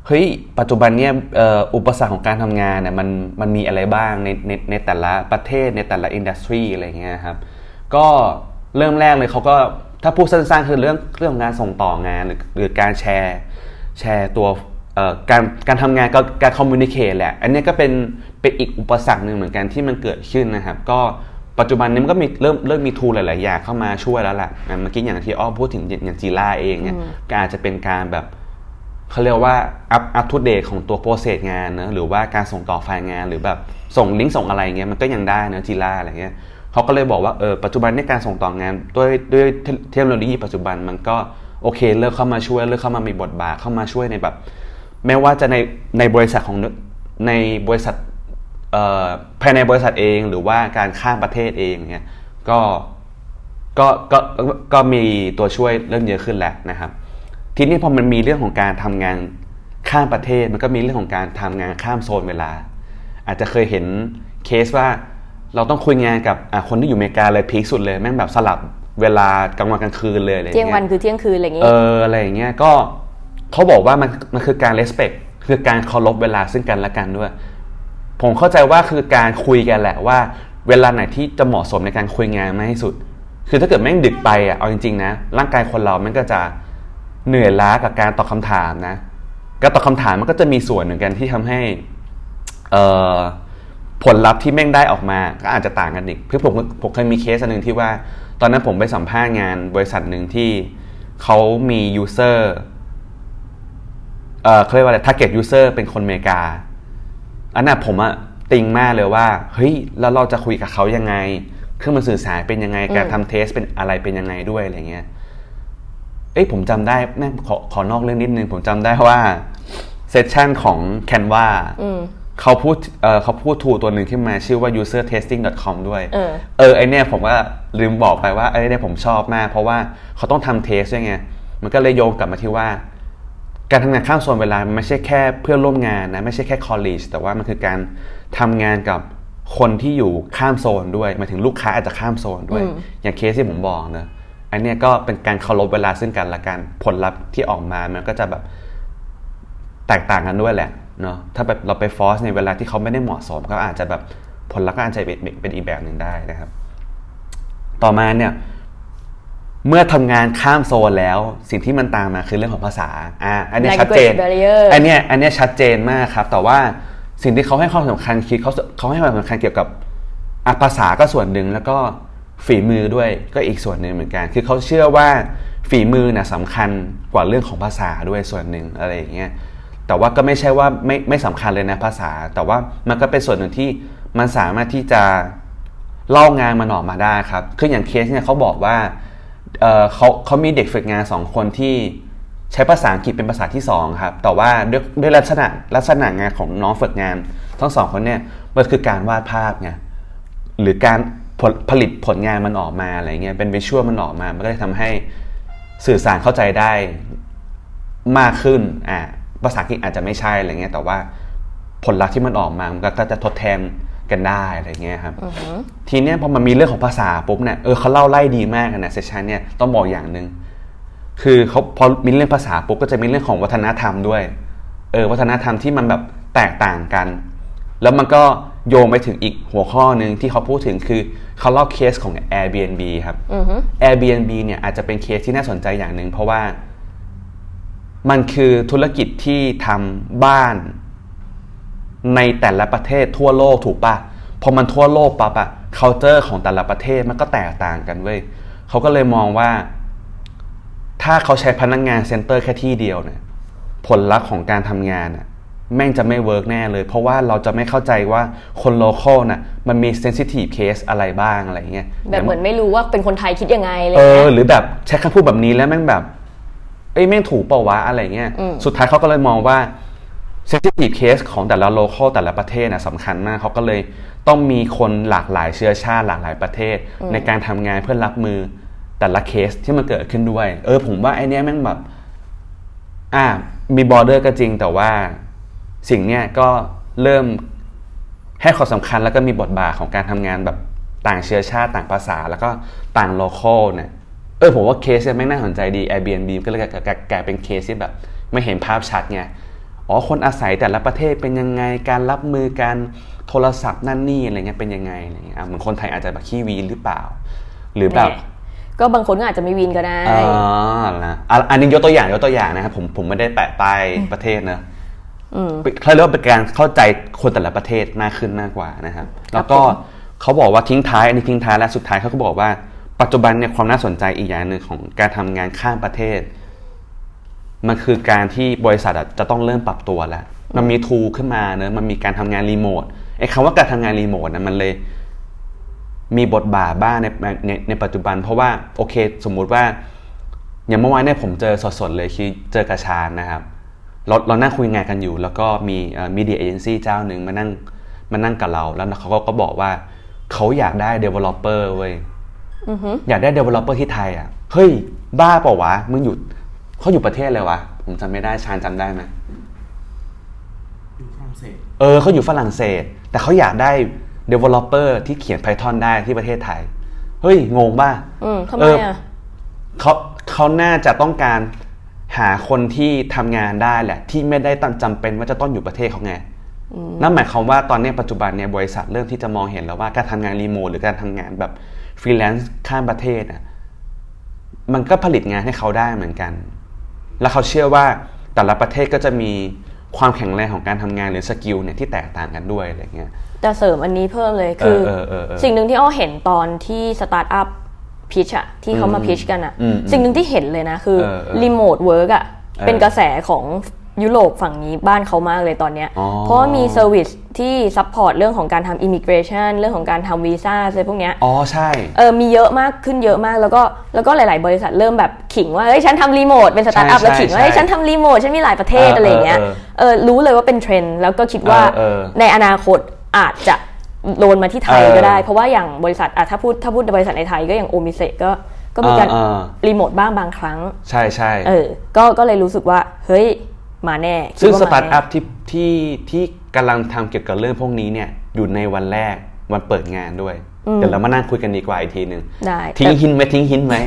B: เฮ้ยปัจจุบันเนี่ยเอ่ออุปสรรคของการทำงานเนี่ยมันมันมีอะไรบ้างในในในแต่ละประเทศในแต่ละอินดัสทรีอะไรเงี้ยครับ ก็เริ่มแรกเลยเขาก็ถ้าพูดสั้นๆคือเรื่องเรื่องของการส่งต่องานหรือหรือการแชร์แชร์ตัวเอ่อการการทำงานก็การคอมมูนิเคตแหละ อันเนี้ยก็เป็นเป็นอีกอุปสรรคหนึ่งเหมือนกันที่มันเกิดขึ้นนะครับ ก็ปัจจุบันนี้มันก็มีเริ่มเริ่มมีทูหลาย ๆ อย่างเข้ามาช่วยแล้วแหละอ่ะเมื่อกี้อย่างที่อ้อมพูดถึงอย่างจีล่าเองเนี่ยก็อาจจะเป็นการแบบ เขาเรียกว่าอัพอัพทูเดตของตัวโปรเซสงานนะหรือว่าการส่งต่อไฟล์งานหรือแบบส่งลิงก์ส่งอะไรเงี้ยมันก็ยังได้นะจีล่าอะไรเงี้ยเขาก็เลยบอกว่าเออปัจจุบันในยการส่งต่องานด้วยด้วยเทคโนโลยีปัจจุบันมันก็โอเคเริ่มเข้ามาช่วยเริ่มเข้ามามีบทบาทเข้ามาช่วยในแบบ ไม่ว่าจะในในบริษัทของในบริษัท เอ่อภายในบริษัทเองหรือว่าการข้ามประเทศเองเนี่ยก็ก็ก็ก็ก็มีตัวช่วยเริ่มเยอะขึ้นแล้วนะครับ ทีนี้พอมันมีเรื่องของการทำงานข้ามประเทศ มันก็มีเรื่องของการทำงานข้ามโซนเวลา อาจจะเคยเห็นเคสว่าเราต้องคุยงานกับอ่ะคนที่อยู่อเมริกาเลยพีคสุดเลยแม่งแบบสลับเวลากลางวันกลางคืนเลยอะไรอาง
A: เที่ย
B: งี้
A: งวันคือเที่ยงคืนอะไรอย่างงี้
B: เอออะไรอย่างเงี้ยก็เขาบอกว่ามันมันคือการ respect คือการเคารพเวลาซึ่งกันและกันด้วย ผมเข้าใจว่าคือการคุยกันแหละว่า เวลาไหนที่จะเหมาะสมในการคุยงานมากที่สุด คือถ้าเกิดแม่งดึกไปอ่ะเอาจริงๆนะร่างกายคนเรามันก็จะเหนื่อยล้ากับการตอบคำถามนะการตอบคำถามมันก็จะมีส่วนเหมือนกันที่ทำให้ เอ่อผลลัพธ์ที่แม่งได้ออกมาก็อาจจะต่างกันอีกคือผมผมเคยมีเคสอันหนึ่งที่ว่า ตอนนั้นผมไปสัมภาษณ์งานบริษัทหนึ่งที่เขามียูเซอร์เอ่อเขาเรียกว่าอะไร target user เป็นคนอเมริกา อันน่ะผมอะติงมากเลยว่า เฮ้ย แล้วเราจะคุยกับเขายังไง เครื่องมันสื่อสารเป็นยังไง การทำเทสเป็นอะไรเป็นยังไงด้วยอะไรเงี้ย เอ้ยผมจำได้แม่งขอขอนอกเรื่องนิดนึง ผมจำได้ว่าเซสชันของ Canva เขาพูดเอ่อเขาพูดทูตัวหนึ่งขึ้นมาชื่อว่า usertesting.com ด้วย
A: เออ
B: เออไอเนี่ยผมก็ลืมบอกไปว่าไอเนี่ยผมชอบมาก เพราะว่าเขาต้องทำเทสด้วยไง มันก็เลยโยงกลับมาที่ว่า การทำงานข้ามโซนเวลามันไม่ใช่แค่เพื่อนร่วมงานนะ ไม่ใช่แค่คอลเลจแต่ว่ามันคือการทำงานกับคนที่อยู่ข้ามโซนด้วยหมายถึงลูกค้าอาจจะข้ามโซนด้วย อย่างเคสที่ผมบอกนะอันเนี้ยก็เป็นการเคารพเวลาซึ่งกันและกันผลลัพธ์ที่ออกมามันก็จะแบบ แตกต่างกันด้วยแหละเนาะถ้าแบบเราไปฟอสในเวลาที่เขาไม่ได้เหมาะสมก็อาจจะแบบผลลัพธ์ก็อาจจะเป็นเป็นอีกแบบหนึ่งได้นะครับ ต่อมาเนี่ย เมื่อทำงานข้ามโซนแล้ว สิ่งที่มันตามมาคือเรื่องของภาษาอ่ะอันเนี้ย
A: Language
B: ชัดเจน
A: barrier
B: อันเนี้ยอันเนี้ยชัดเจนมากครับ แต่ว่าสิ่งที่เขาให้ความสำคัญคือเขาเขาให้ความสำคัญเกี่ยวกับอ่ะภาษาก็ส่วนหนึ่งแล้วก็ฝีมือด้วยก็อีกส่วนหนึ่งเหมือนกัน คือเขาเชื่อว่าฝีมือน่ะสำคัญกว่าเรื่องของภาษาด้วยส่วนหนึ่งอะไรอย่างเงี้ยแต่ว่าก็ไม่ใช่ว่าไม่ไม่สำคัญเลยนะภาษา แต่ว่ามันก็เป็นส่วนหนึ่งที่มันสามารถที่จะ เล่างานมันออกมาได้ครับ คืออย่างเคสเนี่ยเขาบอกว่าเอ่อเขาเขามีเด็กฝึกงานสองคนที่ใช้ภาษาอังกฤษเป็นภาษาที่สองครับ แต่ว่าด้วยด้วยลักษณะลักษณะงานของน้องฝึกงานทั้งสองคนเนี่ย มันคือการวาดภาพไง หรือการผลผลิตผลงานมันออกมาอะไรเงี้ย เป็นวิชวลมันออกมา มันก็เลยทำให้สื่อสารเข้าใจได้มากขึ้น อ่า ภาษาอังกฤษอาจจะไม่ใช่อะไรเงี้ย แต่ว่าผลลัพธ์ที่มันออกมา มันก็ก็จะทดแทนกันได้อะไรเงี้ยครับ ทีเนี้ยพอมันมีเรื่องของภาษาปุ๊บเนี่ย เออเขาเล่าไล่ดีมากนะเซสชันเนี่ยต้องบอกอย่างหนึ่ง คือเขาพอมีเรื่องภาษาปุ๊บก็จะมีเรื่องของวัฒนธรรมด้วย เออวัฒนธรรมที่มันแบบแตกต่างกัน แล้วมันก็โยงไปถึงอีกหัวข้อหนึ่งที่เขาพูดถึงคือเขาเล่าเคสของ Airbnb ครับ Airbnb เนี่ยอาจจะเป็นเคสที่น่าสนใจอย่างหนึ่งเพราะว่า มันคือธุรกิจที่ทำบ้าน ในแต่ละประเทศทั่วโลกถูกปะพอมันทั่วโลกปั๊บอะ culture ของแต่ละประเทศมันก็แตกต่างกันเว้ยเขาก็เลยมองว่า ถ้าเขาใช้พนักงงานเซ็นเตอร์แค่ที่เดียวเนี่ย ผลลัพธ์ของการทำงานน่ะแม่งจะไม่เวิร์กแน่เลย เพราะว่าเราจะไม่เข้าใจว่าคนโลเคอลน่ะมันมีเซนซิทีฟเคสอะไรบ้างอะไรเงี้ย
A: แบบเหมือนไม่รู้ว่าเป็นคนไทยคิดยังไงอะไร
B: เอ
A: เงี้
B: อย หรือแบบใช้คำพูดแบบนี้แล้วแม่งแบบ เอ้ยแม่งถูกเปล่าวะอะไรเงี้ย
A: อืม
B: สุดท้ายเขาก็เลยมองว่าเซนซิทีฟเคสของแต่ละโลเคอลแต่ละประเทศน่ะสำคัญมากเขาก็เลยต้องมีคนหลากหลายเชื้อชาติหลากหลายประเทศ ในการทำงานเพื่อรับมือแต่ละเคสที่มันเกิดขึ้นด้วย เออ ผมว่าไอเนี้ยแม่งแบบ อ่ามีบอร์เดอร์ก็จริงแต่ว่าสิ่งเนี้ยก็เริ่มให้ความสำคัญแล้วก็มีบทบาทของการทำงานแบบต่างเชื้อชาติต่างภาษาแล้วก็ต่างโลเคอลเนี่ยเออผมว่าเคสเนี่ยไม่งน่าสนใจดี Airbnb ก็เลยกลายกลายกลายเป็นเคสที่แบบไม่เห็นภาพชัดไงอ๋อคนอาศัยแต่ละประเทศเป็นยังไงการรับมือการโทรศัพท์นั่นนี่อะไรเงี้ยเป็นยังไงอะไรเงี้ยอ่ะเหมือนคนไทยอาจจะแบบขี้วีนหรือเปล่า หรือแบบ
A: ก็บางคนก็อาจจะไม่วินก็ได้
B: อ่านะอ่ะอันนี้ยกตัวอย่างยกตัวอย่างนะครับผมผมไม่ได้แปะป้ายประเทศนะเขาเรียกว่าเป็นการเข้าใจคนแต่ละประเทศมากขึ้นมากกว่านะครับ แล้วก็เขาบอกว่าทิ้งท้ายอันนี้ทิ้งท้ายและสุดท้ายเขาก็บอกว่า ปัจจุบันเนี่ยความน่าสนใจอีกอย่างหนึ่งของการทำงานข้ามประเทศ มันคือการที่บริษัทอะจะต้องเริ่มปรับตัวแล้ว มันมีทูขึ้นมาเนอะมันมีการทำงานรีโมทไอ้คำว่าการทำงานรีโมทนะมันเลย มีบทบาทบ้างในในในปัจจุบัน เพราะว่าโอเค สมมุติว่า อย่างเมื่อวานเนี่ยผมเจอสดๆเลยคือเจอกระชานนะครับเราเรานั่งคุยงานกันอยู่ แล้วก็มีมีเดียเอเจนซี่อ media agency เจ้าหนึ่งมานั่งมานั่งกับเราแล้วเขาก็ก็บอกว่าเขาอยากได้ developer เว้ยอยากได้ developer ที่ไทยอ่ะเฮ้ย บ้าเปล่าวะ มึงอยู่เขาอยู่ประเทศอะไรวะ ผมจำไม่ได้ชานจำได้ไหม
C: อยู่ฝรั่งเศส
B: เออเขาอยู่ฝรั่งเศส แต่เขาอยากได้ developer ที่เขียน Python ได้ที่ประเทศไทย เฮ้ย งงป่ะ
A: อืมทำไม
B: เ
A: อ่ะ
B: เขาเขาน่าจะต้องการหาคนที่ทำงานได้แหละ ที่ไม่ได้ตั้งจำเป็นว่าจะต้องอยู่ประเทศเขาไงนั่นหมายความว่าตอนเนี้ยปัจจุบันเนี่ยบริษัทเริ่มที่จะมองเห็นแล้วว่าการทำงานรีโมทหรือการทำงานแบบฟรีแลนซ์ข้ามประเทศน่ะ มันก็ผลิตงานให้เขาได้เหมือนกัน แล้วเขาเชื่อว่าแต่ละประเทศก็จะมีความแข็งแรงของการทำงานหรือสกิลเนี่ยที่แตกต่างกันด้วยอะไรเงี้ย
A: จะเสริมอันนี้เพิ่มเลยคือ
B: เออเออเออเออ
A: สิ่งหนึ่งที่อ้อเห็นตอนที่สตาร์ทอัพพิชอะที่เขามาพิชกันอะ
B: อืม
A: สิ่งหนึ่งที่เห็นเลยนะ คือ
B: เออเออ
A: รีโมทเวิร์กอะ
B: ออ
A: เป็นกระแสของยุโรปฝั่งนี้บ้านเขามากเลยตอนเนี้ย
B: อ๋อ
A: เพราะว่ามีเซอร์วิสที่ซัพพอร์ตเรื่องของการทำอิมิเกรชันเรื่องของการทำวีซ่าอะไรพวกเนี้ย
B: อ๋อใช่
A: เออมีเยอะมากขึ้นเยอะมากแล้วก็แล้วก็หลาย ๆ บริษัทเริ่มแบบขิงว่าเฮ้ยฉันทำรีโมทเป็นสตาร์ทอัพ
B: ใช่
A: แล้วขิงว่าเฮ้ย
B: ใช่
A: ฉันทำรีโมทฉันมีหลายประเทศ
B: เอออ
A: อะไรอย่างเงี้ย
B: เออ
A: เออรู้เลยว่าเป็นเทรนด์แล้วก็คิดว่า
B: เออเออ
A: ในอนาคตอาจจะโดนมาที่ไทย
B: เออ
A: ก็ได้ เพราะว่าอย่างบริษัทอ่ะถ้าพูดถ้าพูดบริษัทในไทยก็อย่างโอมิเซก็ก็มีการ
B: เออเออ
A: รีโมทบ้างบางครั้ง
B: ใช่ใช่
A: เออ ก็ก็เลยรู้สึกว่า เฮ้ย มาแน่คิด
B: ซึ่ง
A: ว่
B: ส
A: มแน่
B: ตาร์ทอัพที่ที่ที่กำลังทำเกี่ยวกับเรื่องพวกนี้เนี่ย อยู่ในวันแรกวันเปิดงานด้วย เดี๋ยวเรามานั่งคุยกันดีกว่าอีกทีหนึ่ง
A: ได้
B: ทิ้ง
A: แต่
B: หินไว้ทิ้งหินไว้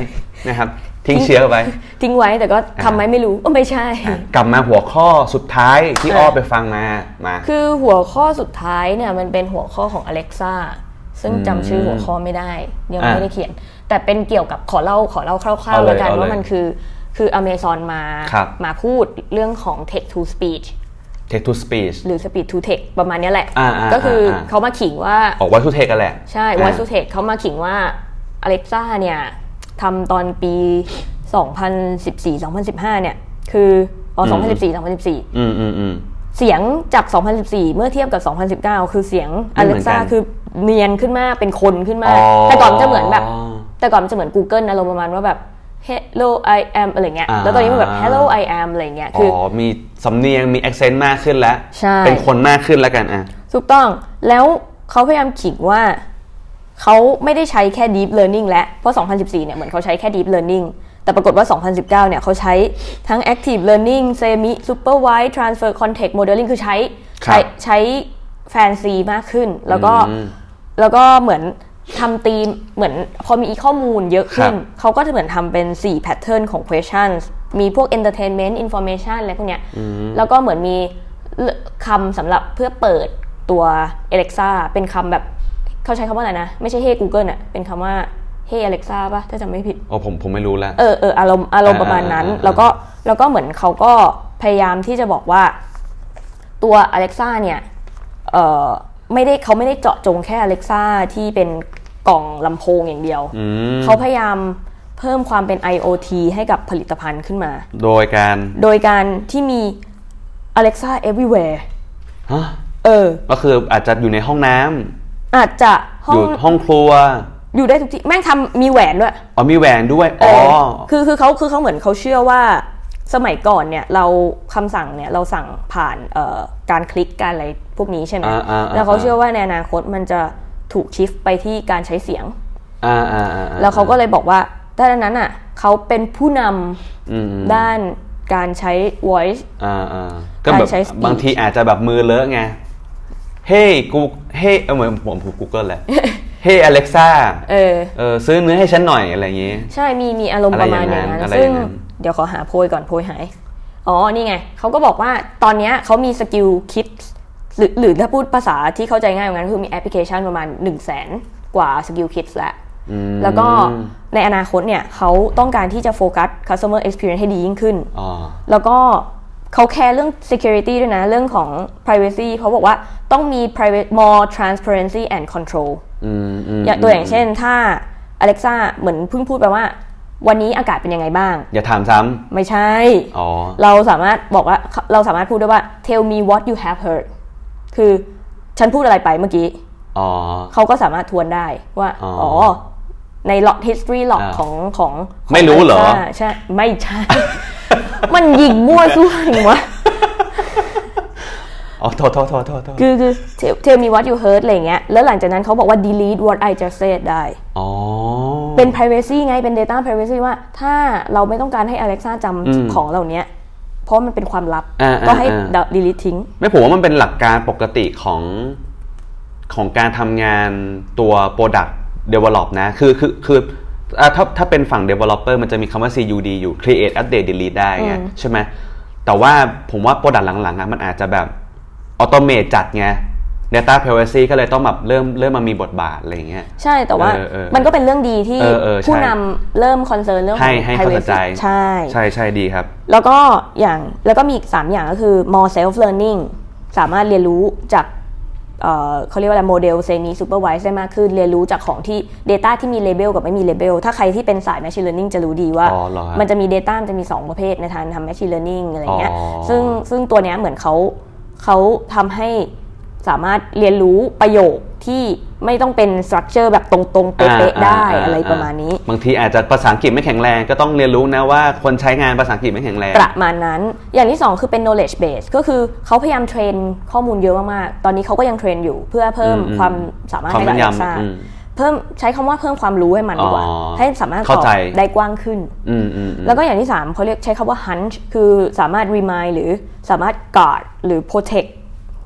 B: นะครับ ทิ้งเชื้อไว้
A: ทิ้งไว้แต่ก็ทำไหมไม่รู้โอ้ไม่ใช่
B: อ่ะกลับมาหัวข้อสุดท้ายที่
A: เอออ้
B: อ้อไปฟังมามา
A: คือหัวข้อสุดท้ายเนี่ยมันเป็นหัวข้อของ Alexa ซึ่งจำชื่อหัวข้อไม่ได้ยัง
B: อ่ะ
A: ไม่ได้เขียน แต่เป็นเกี่ยวกับขอเล่าขอเล่าคร่าว
B: เอา
A: ๆ
B: เลย
A: แล้วกัน
B: เอาเลย
A: ว่ามันคือคือ Amazon มา
B: ครับ
A: มาพูดเรื่องของ Text to Speech
B: Tech to Speech
A: หรือ Speed to Text ประมาณเนี้ยแหละ
B: อ่าอ่า
A: ก็คืออา เขามาขิงว่า
B: ออกว่าทุเทกันแหละ
A: ใช่ Voice to Text เขามาขิงว่า Alexa เนี่ยทำตอนปี 2014-2015 เนี่ย คืออ๋อ2014-2014
B: อืมอืมอืม
A: เสียงจาก 2014 เมื่อเทียบกับ 2019 คือเสียง
B: ไม่เหมือนกั
A: Alexa
B: น
A: คือเนียนขึ้นมาก เป็นคนขึ้นมาก
B: อ๋อ
A: แต่ก่อนมันจะเหมือนแบบ แต่ก่อนมันจะเหมือน Google อารมณ์ประมาณว่าแบบ Hello I am อะไรเงี้ย
B: อ่า
A: แล้วตอนนี้มันแบบ Hello I am อะไรเงี้ย
B: อ๋
A: คือ
B: อ มีสำเนียงมี accent มากขึ้นแล้ว
A: ใช่
B: เป็นคนมากขึ้นแล้วกันอ่ะ
A: ถูกต้อง แล้วเขาพยายามขิงว่า เขาไม่ได้ใช้แค่ deep learning แล้ว เพราะ 2014 เนี่ยเหมือนเขาใช้แค่ deep learning แต่ปรากฏว่า 2019 เนี่ยเขาใช้ทั้ง active learning semi supervised transfer context modeling คือใช้
B: ครับ
A: ใช้ใช้ fancy มากขึ้น แล้วก็
B: อืม
A: แล้วก็เหมือนทำตีมเหมือนพอมีข้อมูลเยอะขึ้น
B: ครับ
A: เขาก็จะเหมือนทำเป็น 4 pattern ของ questions มีพวก entertainment information อะไรพวกเนี้ย แล้วก็เหมือนมีคำสำหรับเพื่อเปิดตัว Alexa เป็นคำแบบ เขาใช้คำว่าอะไรนะ ไม่ใช่ Hey Google น่ะเป็นคำว่า Hey Alexa ป่ะ ถ้าจำไม่ผิด
B: ๋อผมผมไม่รู้ละ
A: เออเอออารมณ์อารมณ์ประมาณนั้น
B: อ่าอ่าอ่า
A: แล้วก็ แล้วก็เหมือนเขาก็พยายามที่จะบอกว่าตัว Alexa เนี่ยเอ่อไม่ได้เขาไม่ได้เจาะจงแค่ Alexa ที่เป็นกล่องลำโพงอย่างเดียว
B: อืม
A: เขาพยายามเพิ่มความเป็น IoT ให้กับผลิตภัณฑ์ขึ้นมา
B: โดยการ
A: โดยการที่มี Alexa everywhere
B: ฮะ
A: เออ
B: ก็คืออาจจะอยู่ในห้องน้ำ
A: อาจจะห้อ
B: อง ยู่ห้องครัว
A: อยู่ได้ทุกที่ แม่งทำมีแหวนด้วย
B: อ๋อมีแหวนด้วย
A: เอ
B: อ๋อ
A: อคือคือเขาคือเขาเหมือนเขาเชื่อว่าสมัยก่อนเนี่ยเราคำสั่งเนี่ยเราสั่งผ่านเอ่อการคลิกการอะไรพวกนี้ใช่ไหม
B: อ่าๆๆ
A: แล้วเขาเชื่อว่าในอนาคตมันจะถูกชิฟไปที่การใช้เสียง
B: อ่าอ่าอ่า
A: แล้วเขาก็เลยบอกว่าด้านนั้นอ่ะเขาเป็นผู้นำ
B: อืมอืม
A: ด้านการใช้ voice
B: อ่าอ่าก็แบ
A: กา
B: บ
A: รใช้ speech
B: บางทีอาจจะแบบมือเลอะไง เฮ้กูเฮ้เออเหมือนผมผมกูเกิ
A: *laughs*
B: ลแหละ เฮ้อเล็กซ่า
A: เออ
B: เออซื้อเนื้อให้ฉันหน่อยอะไรอย่างงี้
A: ใช่ มี มีอารมณ์ประมาณอย่างนั้น
B: อะไรอ
A: ซึ่
B: ย่าง งนั้น
A: เดี๋ยวขอหาโพยก่อนโพยหาย อ๋อ นี่ไง เขาก็บอกว่าตอนเนี้ยเขามีสกิลคิดหรือหรือถ้าพูดภาษาที่เข้าใจง่ายกว่านั้นคือมีแอปพลิเคชันประมาณ 1 0 0 0 0แสนกว่าสกิลคิดแล้ว
B: อืม
A: แล้วก็ในอนาคตเนี่ยเขาต้องการที่จะโฟกัส customer experience ให้ดียิ่งขึ้น
B: อ๋อ
A: แล้วก็เขาแคร์เรื่อง security ด้วยนะ เรื่องของ privacy เขาบอกว่าต้องมี private more transparency and control
B: อืมอืม
A: อย่างตัวอย่างเช่นถ้า Alexa เหมือนเพิ่งพูดไปว่า วันนี้อากาศเป็นยังไงบ้าง
B: อย่าถามซ้ำ
A: ไม่ใช่
B: อ๋อ
A: เราสามารถบอกว่าเราสามารถพูดได้ว่า tell me what you have heard คือฉันพูดอะไรไปเมื่อกี้
B: อ๋อ
A: เขาก็สามารถทวนได้ว่า
B: อ๋ออ๋
A: อ๋อ ใน log history log
B: อ่า
A: ของของของ
B: ไม่รู้เหรอ
A: Alexa ใช่ ไม่ใช่ *laughs* มันหยิงมั่วซั่วหนิวะ
B: อ๋อโทษโทษโทษโทษโทษ
A: คือคือ tell- tell me what you heard อะไรอย่างเงี้ย แล้วหลังจากนั้นเขาบอกว่า delete what I just said ได้
B: อ๋อ
A: เป็น privacy ไง เป็น data privacy ว่าถ้าเราไม่ต้องการให้ Alexa จ
B: อืม
A: ำของเหล่าเนี้ย เพราะมันเป็นความลับ
B: อ่าๆๆ
A: ก็ให้ delete ทิ้ง
B: ไม่ผมว่ามันเป็นหลักการปกติของของการทำงานตัว Product Develop นะ คือคือคืออ่ะถ้าถ้าเป็นฝั่ง Developer มันจะมีคำว่า CUD อยู่ Create Update Delete ได้ไง
A: อืม
B: ใช่ไหมแต่ว่าผมว่า Product หลังๆนะมันอาจจะแบบ Automate จัดไง Data Privacy ก็เลยต้องแบบเริ่มเริ่มมามีบทบาทอะไรอย่างเงี้ย
A: ใช่ แต่ว่า
B: เออเออ
A: มันก็เป็นเรื่องดีที่
B: เออเออใช่
A: ผู้นำเริ่ม concern เรื่องขอ
B: ให้
A: ง
B: ให้ความสน
A: privacy
B: ใจ
A: ใช่
B: ใช่ใช่ดีครับ
A: แล้วก็อย่างแล้วก็มีอีก 3 อย่างก็คือ more self learning สามารถเรียนรู้จากเอ่อเขาเรียกว่าอะไรโมเดลเซมิ supervise ได้มากขึ้น เรียนรู้จากของที่ Data ที่มีเลเบลกับไม่มีเลเบลถ้าใครที่เป็นสาย Machine Learning จะรู้ดีว่า
B: อ๋อเหรอฮะ
A: มันจะมี Data มันจะมี 2 ประเภทในทางทำ Machine Learning อะไรเงี้ย
B: อ๋อ
A: ซึ่งซึ่งตัวเนี้ยเหมือนเขาเขาทำให้สามารถเรียนรู้ประโยคที่ไม่ต้องเป็น structure แบบตรงๆเป๊ะๆได้
B: อ่า
A: อะไรประมาณนี้
B: บางทีอาจจะภาษาอังกฤษไม่แข็งแรงก็ต้องเรียนรู้นะว่าคนใช้งานภาษาอังกฤษไม่แข็งแรง
A: ประมาณนั้น อย่างที่สองคือเป็น knowledge base ก็คือเขาพยายามเทรนข้อมูลเยอะมากๆ ตอนนี้เขาก็ยังเทรนอยู่เพื่อเพิ่ม
B: อืมอืม
A: ความสามารถ
B: ความ
A: ให้
B: แม่
A: กับเอย
B: นำ
A: ซ่า
B: อืม
A: เพิ่มใช้คำว่าเพิ่มความรู้ให้มันดีกว่า
B: อ๋อ
A: ให้สามารถต
B: เข้า
A: อบ
B: ใจ
A: ได้กว้างขึ้น
B: อืมอืมอืม
A: แล้วก็อย่างที่สามเขาเรียกใช้คำว่า hunch คือสามารถ remind หรือสามารถ guard หรือ protect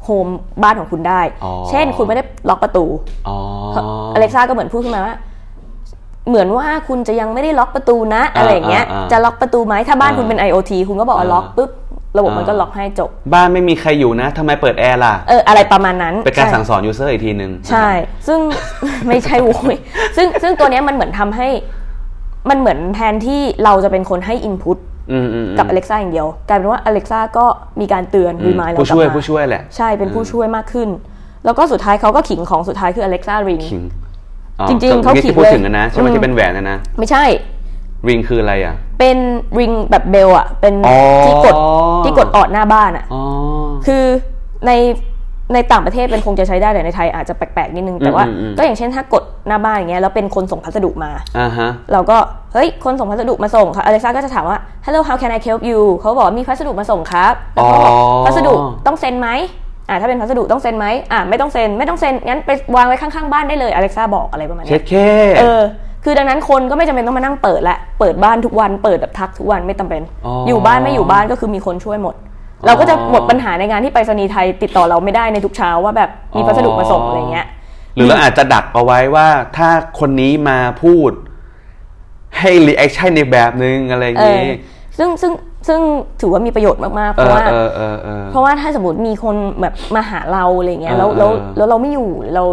A: home บ้านของคุณได้
B: อ๋อ
A: เช่นคุณไม่ได้ล็อกประตู
B: อ๋อ
A: อเล็กซ่าก็เหมือนพูดขึ้นมาว่า เหมือนว่าคุณจะยังไม่ได้ล็อกประตูนะ
B: า
A: อะไรอย่างเงี้ย
B: อ่าอ่า
A: จะล็อกประตูไหมถ้าบ้านคุณ
B: อ่า
A: เป็น IoT คุณก็บอกว่า
B: อ่า
A: ล็อกปุ๊บระบบมัน
B: อ่า
A: ก็ล็อกให้จบ
B: บ้านไม่มีใครอยู่นะทำไมเปิดแอร์ล่ะ
A: เอออะไรประมาณนั้น
B: เป็นการ
A: ใช่
B: สั่งสอนยูเซอร์อีกทีหนึ่ง
A: ใช่ ซึ่ง *laughs* ไม่ใช่โว้ยซึ่งซึ่งตัวเนี้ยมันเหมือนทำให้ มันเหมือนแทนที่เราจะเป็นคนให้ input
B: อืมอืมอืม
A: กับ Alexa อย่างเดียว กลายเป็นว่า Alexa ก็มีการเตือน
B: อื
A: รี
B: ม
A: มายเรา
B: ผู้ช่วย
A: กลับมา
B: ผู้ช่วยแหละ
A: ใช่เป็นผู้ช่วยมากขึ้น แล้วก็สุดท้ายเขาก็ขิงของสุดท้ายคือ Alexa Ring
B: ขิงอ๋อ
A: จริงๆเขา
B: มื่อกี้
A: ขิง
B: ที่พูด
A: เลย
B: ถึงอะนะใช่ไหม
A: อืม
B: ที่เป็นแหวนอะนะ
A: ไม่ใช่
B: ริงคืออะไรอ่ะ
A: เป็น Ring แบบเบลอะเป็น
B: อ๋อ
A: ที่กดที่กดออดหน้าบ้านอะ
B: อ๋อ
A: คือในในต่างประเทศเป็นคงจะใช้ได้แต่ในไทยอาจจะแปลกๆนิดนึง แต่ว่า
B: อืมอืมอืม
A: ก็อย่างเช่นถ้ากดหน้าบ้านอย่างเงี้ยแล้วเป็นคนส่งพัสดุมา
B: อ่าฮะ
A: เราก็เฮ้ยคนส่งพัสดุมาส่งค่ะอเล็กซ่าก็จะถามว่า hello how can I help you เขาบอกว่ามีพัสดุมาส่งครับแล้วเขาบอก
B: อ๋อ
A: พัสดุต้องเซ็นไหมอ่าถ้าเป็นพัสดุต้องเซ็นไหมอ่าไม่ต้องเซ็นไม่ต้องเซ็นงั้นไปวางไว้ข้างๆบ้านได้เลยอเล็กซ่าบอกอะไรประมาณ
B: เช็
A: เนี้ย
B: ดแค่
A: เออคือดังนั้นคนก็ไม่จำเป็นต้องมานั่งเปิดละเปิดบ้านทุกวันเปิดแบบทักทุกวันไม่จำเป็น อยู่บ้านไม่อยู่บ้านก็คือมีคนช่วยหมด เราก็จะหมดปัญหาในงานที่ไปรษณีย์ไทยติดต่อเราไม่ได้ในทุกเช้าว่าแบบมีพัสดุมาส่งอะไรเงี้ย
B: หรือเราอาจจะดักเอาไว้ว่าถ้าคนนี้มาพูด ให้รีแอคชั่นในแบบนึงอะไรอย่าง
A: เออ
B: งี้
A: ซึ่งซึ่งซึ่งถือว่ามีประโยชน์มากๆ เพ
B: เอ
A: ราะ
B: อ
A: ว่า
B: เออเออเออ
A: เพราะว่าถ้าสมมติมีคนแบบมาหาเราอะไรเงี้ยแล้วแล้ว
B: เออ
A: แล้วเราไม่อยู่หรือเรา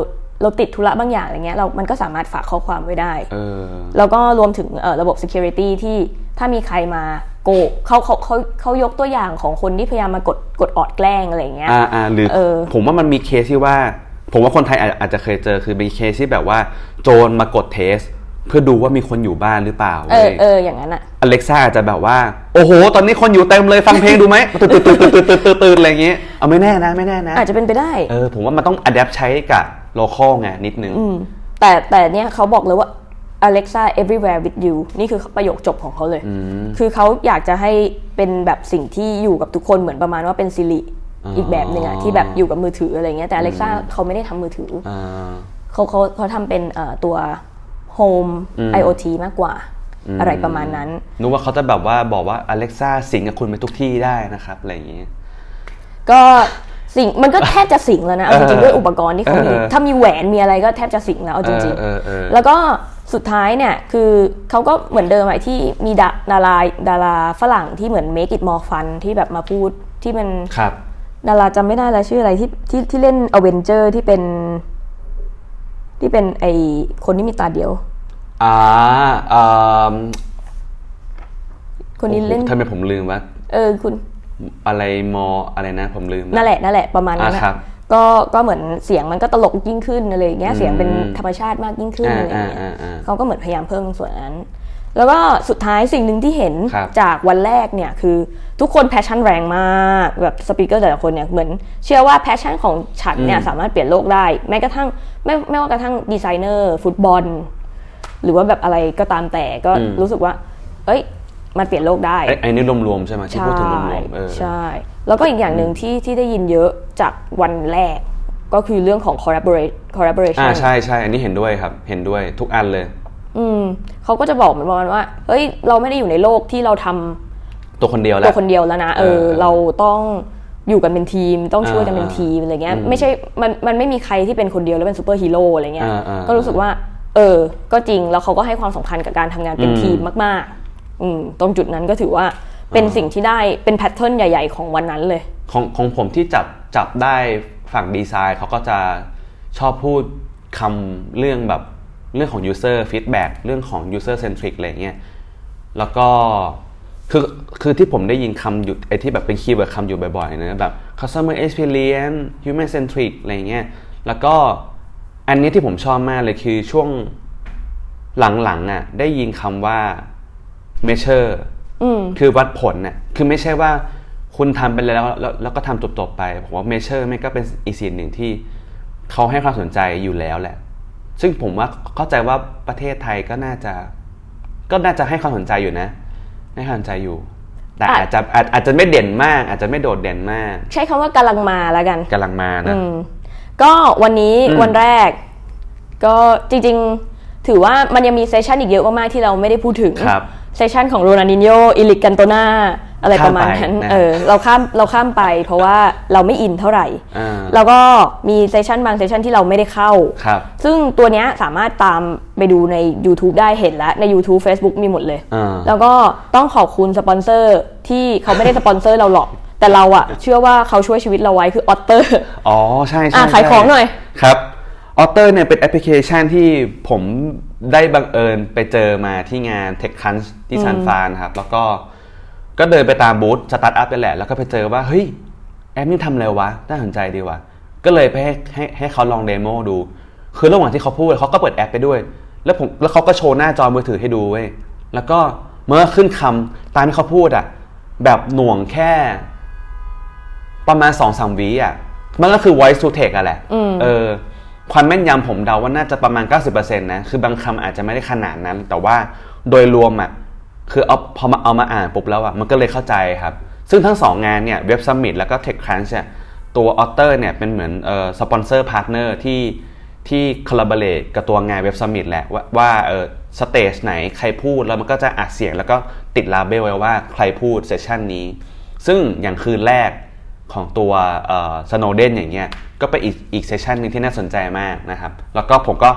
A: เราติดธุระบางอย่างอะไรเงี้ยเรา มันก็สามารถฝากข้อความไว้ได้
B: เออ
A: แล้วก็รวมถึงเอ่อระบบ security ที่ถ้ามีใครมา โกงเขาเขาเขาเขายกตัวอย่างของคนที่พยายามมากดกดออดแกล้งอะไรอย่างเงี้ย
B: อ่าอ่าหรือ
A: เออ
B: ผมว่ามันมีเคสที่ว่า ผมว่าคนไทยอาจอาจจะเคยเจอคือมีเคสที่แบบว่า โจรมากดเทส เพื่อดูว่ามีคนอยู่บ้านหรือเปล่า
A: เออ
B: ว้ย
A: เอออย่างนั้นอ่ะ
B: อเล็กซ่าจะแบบว่า โอ้โห ตอนนี้คนอยู่เต็มเลยฟังเพลงดูไหมตื่นตื่นตื่นตื่นตื่นตื่นตื่นอะไรอย่างเงี้ยเอาไม่แน่นะไม่แน่นะ
A: อาจจะเป็นไปได้
B: เออผมว่ามันต้องอัดแอปใช้กับโลคอลไงนิดนึง
A: อืมแต่แต่เนี่ยเขาบอกเลยว่า Alexa everywhere with you นี่คือประโยคจบของเขาเลย
B: อืม
A: คือเขาอยากจะให้เป็นแบบสิ่งที่อยู่กับทุกคนเหมือนประมาณว่าเป็นซิริ
B: อ๋ออี
A: อีกแบบหนึ่งอะที่แบบอยู่กับมือถืออะไรเงี้ยแต่ Alexa
B: อืม
A: เขาไม่ได้ทำมือถือ
B: อ่า
A: เขาเขาเขาทำเป็นเอ่อตัว Home
B: อืม
A: IoT มากกว่า
B: อืม
A: อะไรประมาณนั้น
B: นึกว่าเขาจะแบบว่าบอกว่าอเล็กซ่าสิงกับคุณไปทุกที่ได้นะครับอะไรอย่างเงี้ย
A: ก็สิงมันก็แทบจะสิงแล้วนะเอาจริงๆ
B: เออ
A: ด้วยอุปกรณ์ที่เขามี
B: เออ
A: ถ้ามีแหวนมีอะไรก็แทบจะสิงแล้วเอาจริง
B: เออเออเออ
A: แล้วก็สุดท้ายเนี่ยคือเขาก็เหมือนเดิมไอ้ที่มีดาดาราดาราฝรั่งที่เหมือน make it more fun ที่แบบมาพูดที่มัน
B: ครับ
A: ดาราจำไม่ได้แล้วชื่ออะไรที่ที่ที่เล่นอเวนเจอร์ที่เป็น ที่เป็นไอคนที่มีตาเดียว
B: อ่าอ่า
A: คนนี้เล่น
B: ทำไมผมลืมวะ
A: เออคุณ
B: อะไรมออะไรนะผมลืม
A: นั่นแหละนั่นแหละประมาณนั้น
B: อ่าครับ
A: ก็ก็เหมือนเสียงมันก็ตลกยิ่งขึ้นอะไรอย่างเงี้ย
B: อืม
A: เสียงเป็นธรรมชาติมากยิ่งขึ้น
B: อ่า
A: อะไรอย่างเงี้ย
B: อ่าอ่าอ่า
A: เขาก็เหมือนพยายามเพิ่มตรงส่วนนั้น แล้วก็สุดท้ายสิ่งหนึ่งที่เห็น
B: ครับ
A: จากวันแรกเนี่ยคือทุกคนแพชชั่นแรงมากแบบสปีกเกอร์แต่ละคนเนี่ยเหมือนเชื่อว่าแพชชั่นของฉันเนี่ย
B: อืม
A: สามารถเปลี่ยนโลกได้ แม้กระทั่งไม่ไม่ว่ากระทั่งดีไซเนอร์ฟุตบอล หรือว่าแบบอะไรก็ตามแต่ก็รู้สึกว่า เอ้ย มันเปลี่ยนโลกได้
B: ไอ้ไอ้นี่รวมๆใช่ไหมที่พูดถึงรวมๆเออ
A: ใช่ แล้วก็อีกอย่างหนึ่งที่ที่ได้ยินเยอะจากวันแรก ก็คือเรื่องของ collaborate
B: อ่า
A: collaboration
B: ใช่ใช่อันนี้เห็นด้วยครับ เห็นด้วยทุกอันเลย
A: อืมเขาก็จะบอกเหมือนประมาณว่า เฮ้ย เราไม่ได้อยู่ในโลกที่เราทำ
B: ตัวคนเดียวแหละ
A: ตัวคนเดียวแล้วนะ เออ
B: เออ
A: เราต้องอยู่กันเป็นทีม ต้องช่วยกันเป็น
B: อ่า
A: ทีมอะไรเงี้ย
B: อืม
A: ไม่ใช่ มัน มันไม่มีใครที่เป็นคนเดียวแล้วเป็นซูเปอร์ฮีโร่อะไรเงี้ย
B: อ่าอ่า
A: ก็รู้สึกว่า เออ ก็จริง แล้วเขาก็ให้ความสำคัญกับการทำงานเป็น
B: อืม
A: ทีมมาก ๆ อืม ตรงจุดนั้นก็ถือว่าเป็นสิ่งที่ได้ เป็นแพทเทิร์นใหญ่ ๆ ของวันนั้นเลย
B: ของของผมที่จับจับได้ฝั่งดีไซน์เขาก็จะชอบพูดคำเรื่องแบบเรื่องของ user feedback เรื่องของ user centric อะไรเงี้ยแล้วก็คือคือที่ผมได้ยินคำอยู่ไอที่แบบเป็นคีย์เวิร์ดคำอยู่บ่อยๆนะแบบ customer experience human centric อะไรเงี้ยแล้วก็อันนี้ที่ผมชอบมากเลยคือช่วงหลังๆอ่ะได้ยินคำว่า measure
A: อืม
B: คือวัดผลน่ะ คือไม่ใช่ว่าคุณทำไปแล้วแล้วแล้วก็ทำจบๆไป ผมว่าเมเชอร์ไม่งก็เป็นอีกสิ่งหนึ่งที่เขาให้ความสนใจอยู่แล้วแหละ ซึ่งผมว่าเข้าใจว่าประเทศไทยก็น่าจะ ก็น่าจะให้ความสนใจอยู่นะ ให้ความสนใจอยู่ แต่
A: อ่ะ
B: อาจจะอาจอาจจะไม่เด่นมาก อาจจะไม่โดดเด่นมาก
A: ใช้คำว่ากำลังมาแล้วกัน
B: กำลังมานะ
A: อืม ก็วันนี้
B: อืม
A: วันแรก ก็จริงๆ ถือว่ามันยังมีเซสชันอีกเยอะมากๆที่เราไม่ได้พูดถึง
B: ครับ
A: เซสชันของโรนันินโยอิลิกกันโตนาอะไรประมาณนั้น
B: ข้ามไปนะ
A: เออ เราข้ามเราข้ามไป เพราะว่าเราไม่อินเท่าไหร่
B: อ่า
A: แล้วก็มีเซสชันบางเซสชันที่เราไม่ได้เข้า
B: ครับ
A: ซึ่งตัวเนี้ยสามารถตามไปดูใน YouTube ได้เห็นแล้ว ใน YouTube Facebook มีหมดเลย
B: อ่า
A: แล้วก็ต้องขอบคุณสปอนเซอร์ที่เขาไม่ได้สปอนเซอร์เราหรอก *laughs* แต่เราอะเชื่อว่าเขาช่วยชีวิตเราไว้คือออตเตอร์
B: อ๋อ ใช่ใช่
A: อ่ะ
B: ใช่
A: ขายของหน่อย
B: ครับออเตอร์เนี่ยเป็นแอปพลิเคชันที่ผมได้บังเอิญไปเจอมาที่งาน TechCrunch ที่ซานฟรานครับ แล้วก็ก็เดินไปตามบูธสตาร์ทอัพไปแหละ แล้วก็ไปเจอว่า เฮ้ย แอปนี่ทำอะไรวะ น่าสนใจดีวะ ก็เลยไปให้ให้ให้เขาลองเดโมดู คือระหว่างที่เขาพูดเขาก็เปิดแอปไปด้วย แล้วผมแล้วเขาก็โชว์หน้าจอมือถือให้ดูเว้ยแล้วก็เมื่อขึ้นคำตามที่เขาพูดอะแบบหน่วงแค่ ประมาณสองสามวิอ่ะ มันก็คือ voice to text อะแหละ เออ ความแม่นยำผมเดาว่าน่าจะประมาณ 90%นะ คือบางคำอาจจะไม่ได้ขนาดนั้น แต่ว่าโดยรวมอ่ะ คือเอาพอมาเอามาอ่านปุ๊บแล้วอ่ะ มันก็เลยเข้าใจครับ ซึ่งทั้งสองงานเนี่ย เว็บซัมมิตแล้วก็ TechCrunch เนี่ย ตัวออเตอร์เนี่ยเป็นเหมือนเอ่อสปอนเซอร์พาร์ทเนอร์ที่ที่คอลลาบเรตกับตัวงานเว็บซัมมิตแหละว่าว่าเออสเตจไหนใครพูดแล้วมันก็จะอัดเสียงแล้วก็ติดลาเบลไว้ว่าใครพูดเซสชันนี้ ซึ่งอย่างคืนแรกของตัวสโนเดนอย่างเงี้ยก็เป็นอีกอีกเซสชันหนึ่งที่น่าสนใจมากนะครับ แล้วก็ผมก็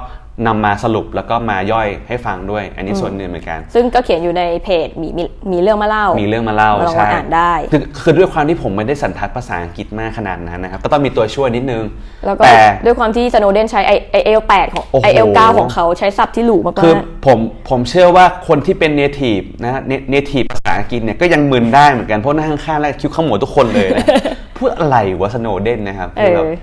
B: นำมาสรุปแล้วก็มาย่อยให้ฟังด้วย อันนี้ส่วนหนึ่งเหมือนกัน
A: *laughs* ซึ่งก็เขียนอยู่ในเพจมีมีมีเรื่องมาเล่า
B: มี
A: มี
B: เรื่องมาเล่า
A: เรา
B: ใช่
A: อ่านได้
B: คือคือด้วยความที่ผมไม่ได้สันทัดภาษาอังกฤษมากขนาดนั้นนะครับ ก็ต้องมีตัวช่วยนิดนึง
A: แล้วก็
B: แต่
A: ด้วยความที่สโนเดนใช้ไอเอลแปดของ
B: โอ้โห
A: ไอเอลเก้าของเขาใช้ศัพท์ที่หรูมา
B: คือก ผมผมเชื่อว่าคนที่เป็นเนทีฟนะฮะเนทีฟภาษาอังกฤษเนี่ยก็ยังมึนได้เหมือนกัน เพราะหน้าข้างๆแล้วคิ้วขมวดทุกคนเลย
A: *laughs*
B: นะ พูดอะไรวะสโนเดนนะครับ
A: ๆเอ
B: คือแบบ
A: อ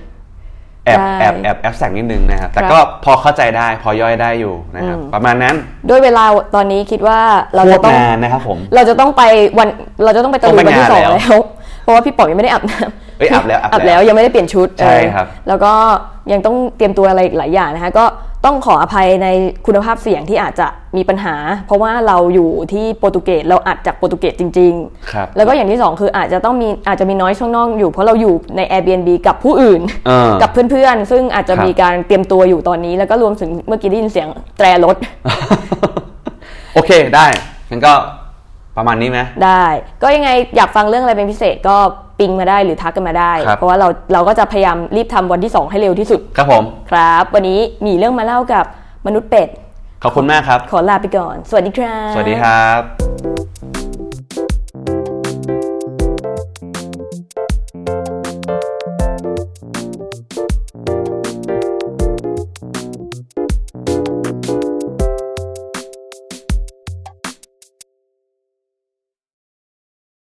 B: แอบ
A: ได้
B: แอบแอบแอบแสงนิดนึงนะครับ แต่
A: ครับ
B: ก็พอเข้าใจได้พอย่อยได้อยู่นะครับ
A: อืม
B: ประมาณนั้น
A: ด้วยเวลาตอนนี้คิดว่าเรา
B: โค
A: จะ
B: ตร
A: ต้อง
B: นานนะครับ
A: *laughs*
B: ผม
A: เราจะต้องไปวันเราจะต้องไปตะลุย
B: ต้องไป
A: วันที่
B: งาน
A: สอง
B: แล้ว
A: แล้ว *laughs* เพราะว่าพี่ป๋อมยังไม่ได้อาบน้ำ
B: เอ้ยอาบแล้วอาบแล้ว
A: ยังไม่ได้เปลี่ยนชุด
B: ใช่
A: เออ
B: ครับ
A: แล้วก็ยังต้องเตรียมตัวอะไรอีกหลายอย่างนะคะก็ต้องขออภัยในคุณภาพเสียงที่อาจจะมีปัญหา เพราะว่าเราอยู่ที่โปรตุเกสเราอัดจากโปรตุเกสจริง ๆ
B: ครับ
A: แล้วก็อย่างที่สองคืออาจจะต้องมีอาจจะมีน้อยช่องนอกอยู่ เพราะเราอยู่ใน Airbnb กับผู้อื่น
B: เออ
A: กับเพื่อนๆ ซึ่งอาจจะ
B: ครับ
A: มีการเตรียมตัวอยู่ตอนนี้ แล้วก็รวมถึงเมื่อกี้ได้ยินเสียงแตรรถ
B: โอเคได้งั้นก็ประมาณนี้ไหม
A: ได้ ก็ยังไงอยากฟังเรื่องอะไรเป็นพิเศษก็ปิงมาได้หรือทักกันมาได้
B: ครับ
A: เพราะว่าเราเราก็จะพยายามรีบทำวันที่ 2 ให้เร็วที่สุด
B: ครับผม
A: ครับ วันนี้มีเรื่องมาเล่ากับมนุษย์เป็ด
B: ขอบคุณมากครับ
A: ขอลาไปก่อน สวัสดีครับ
B: สวัสดีครับ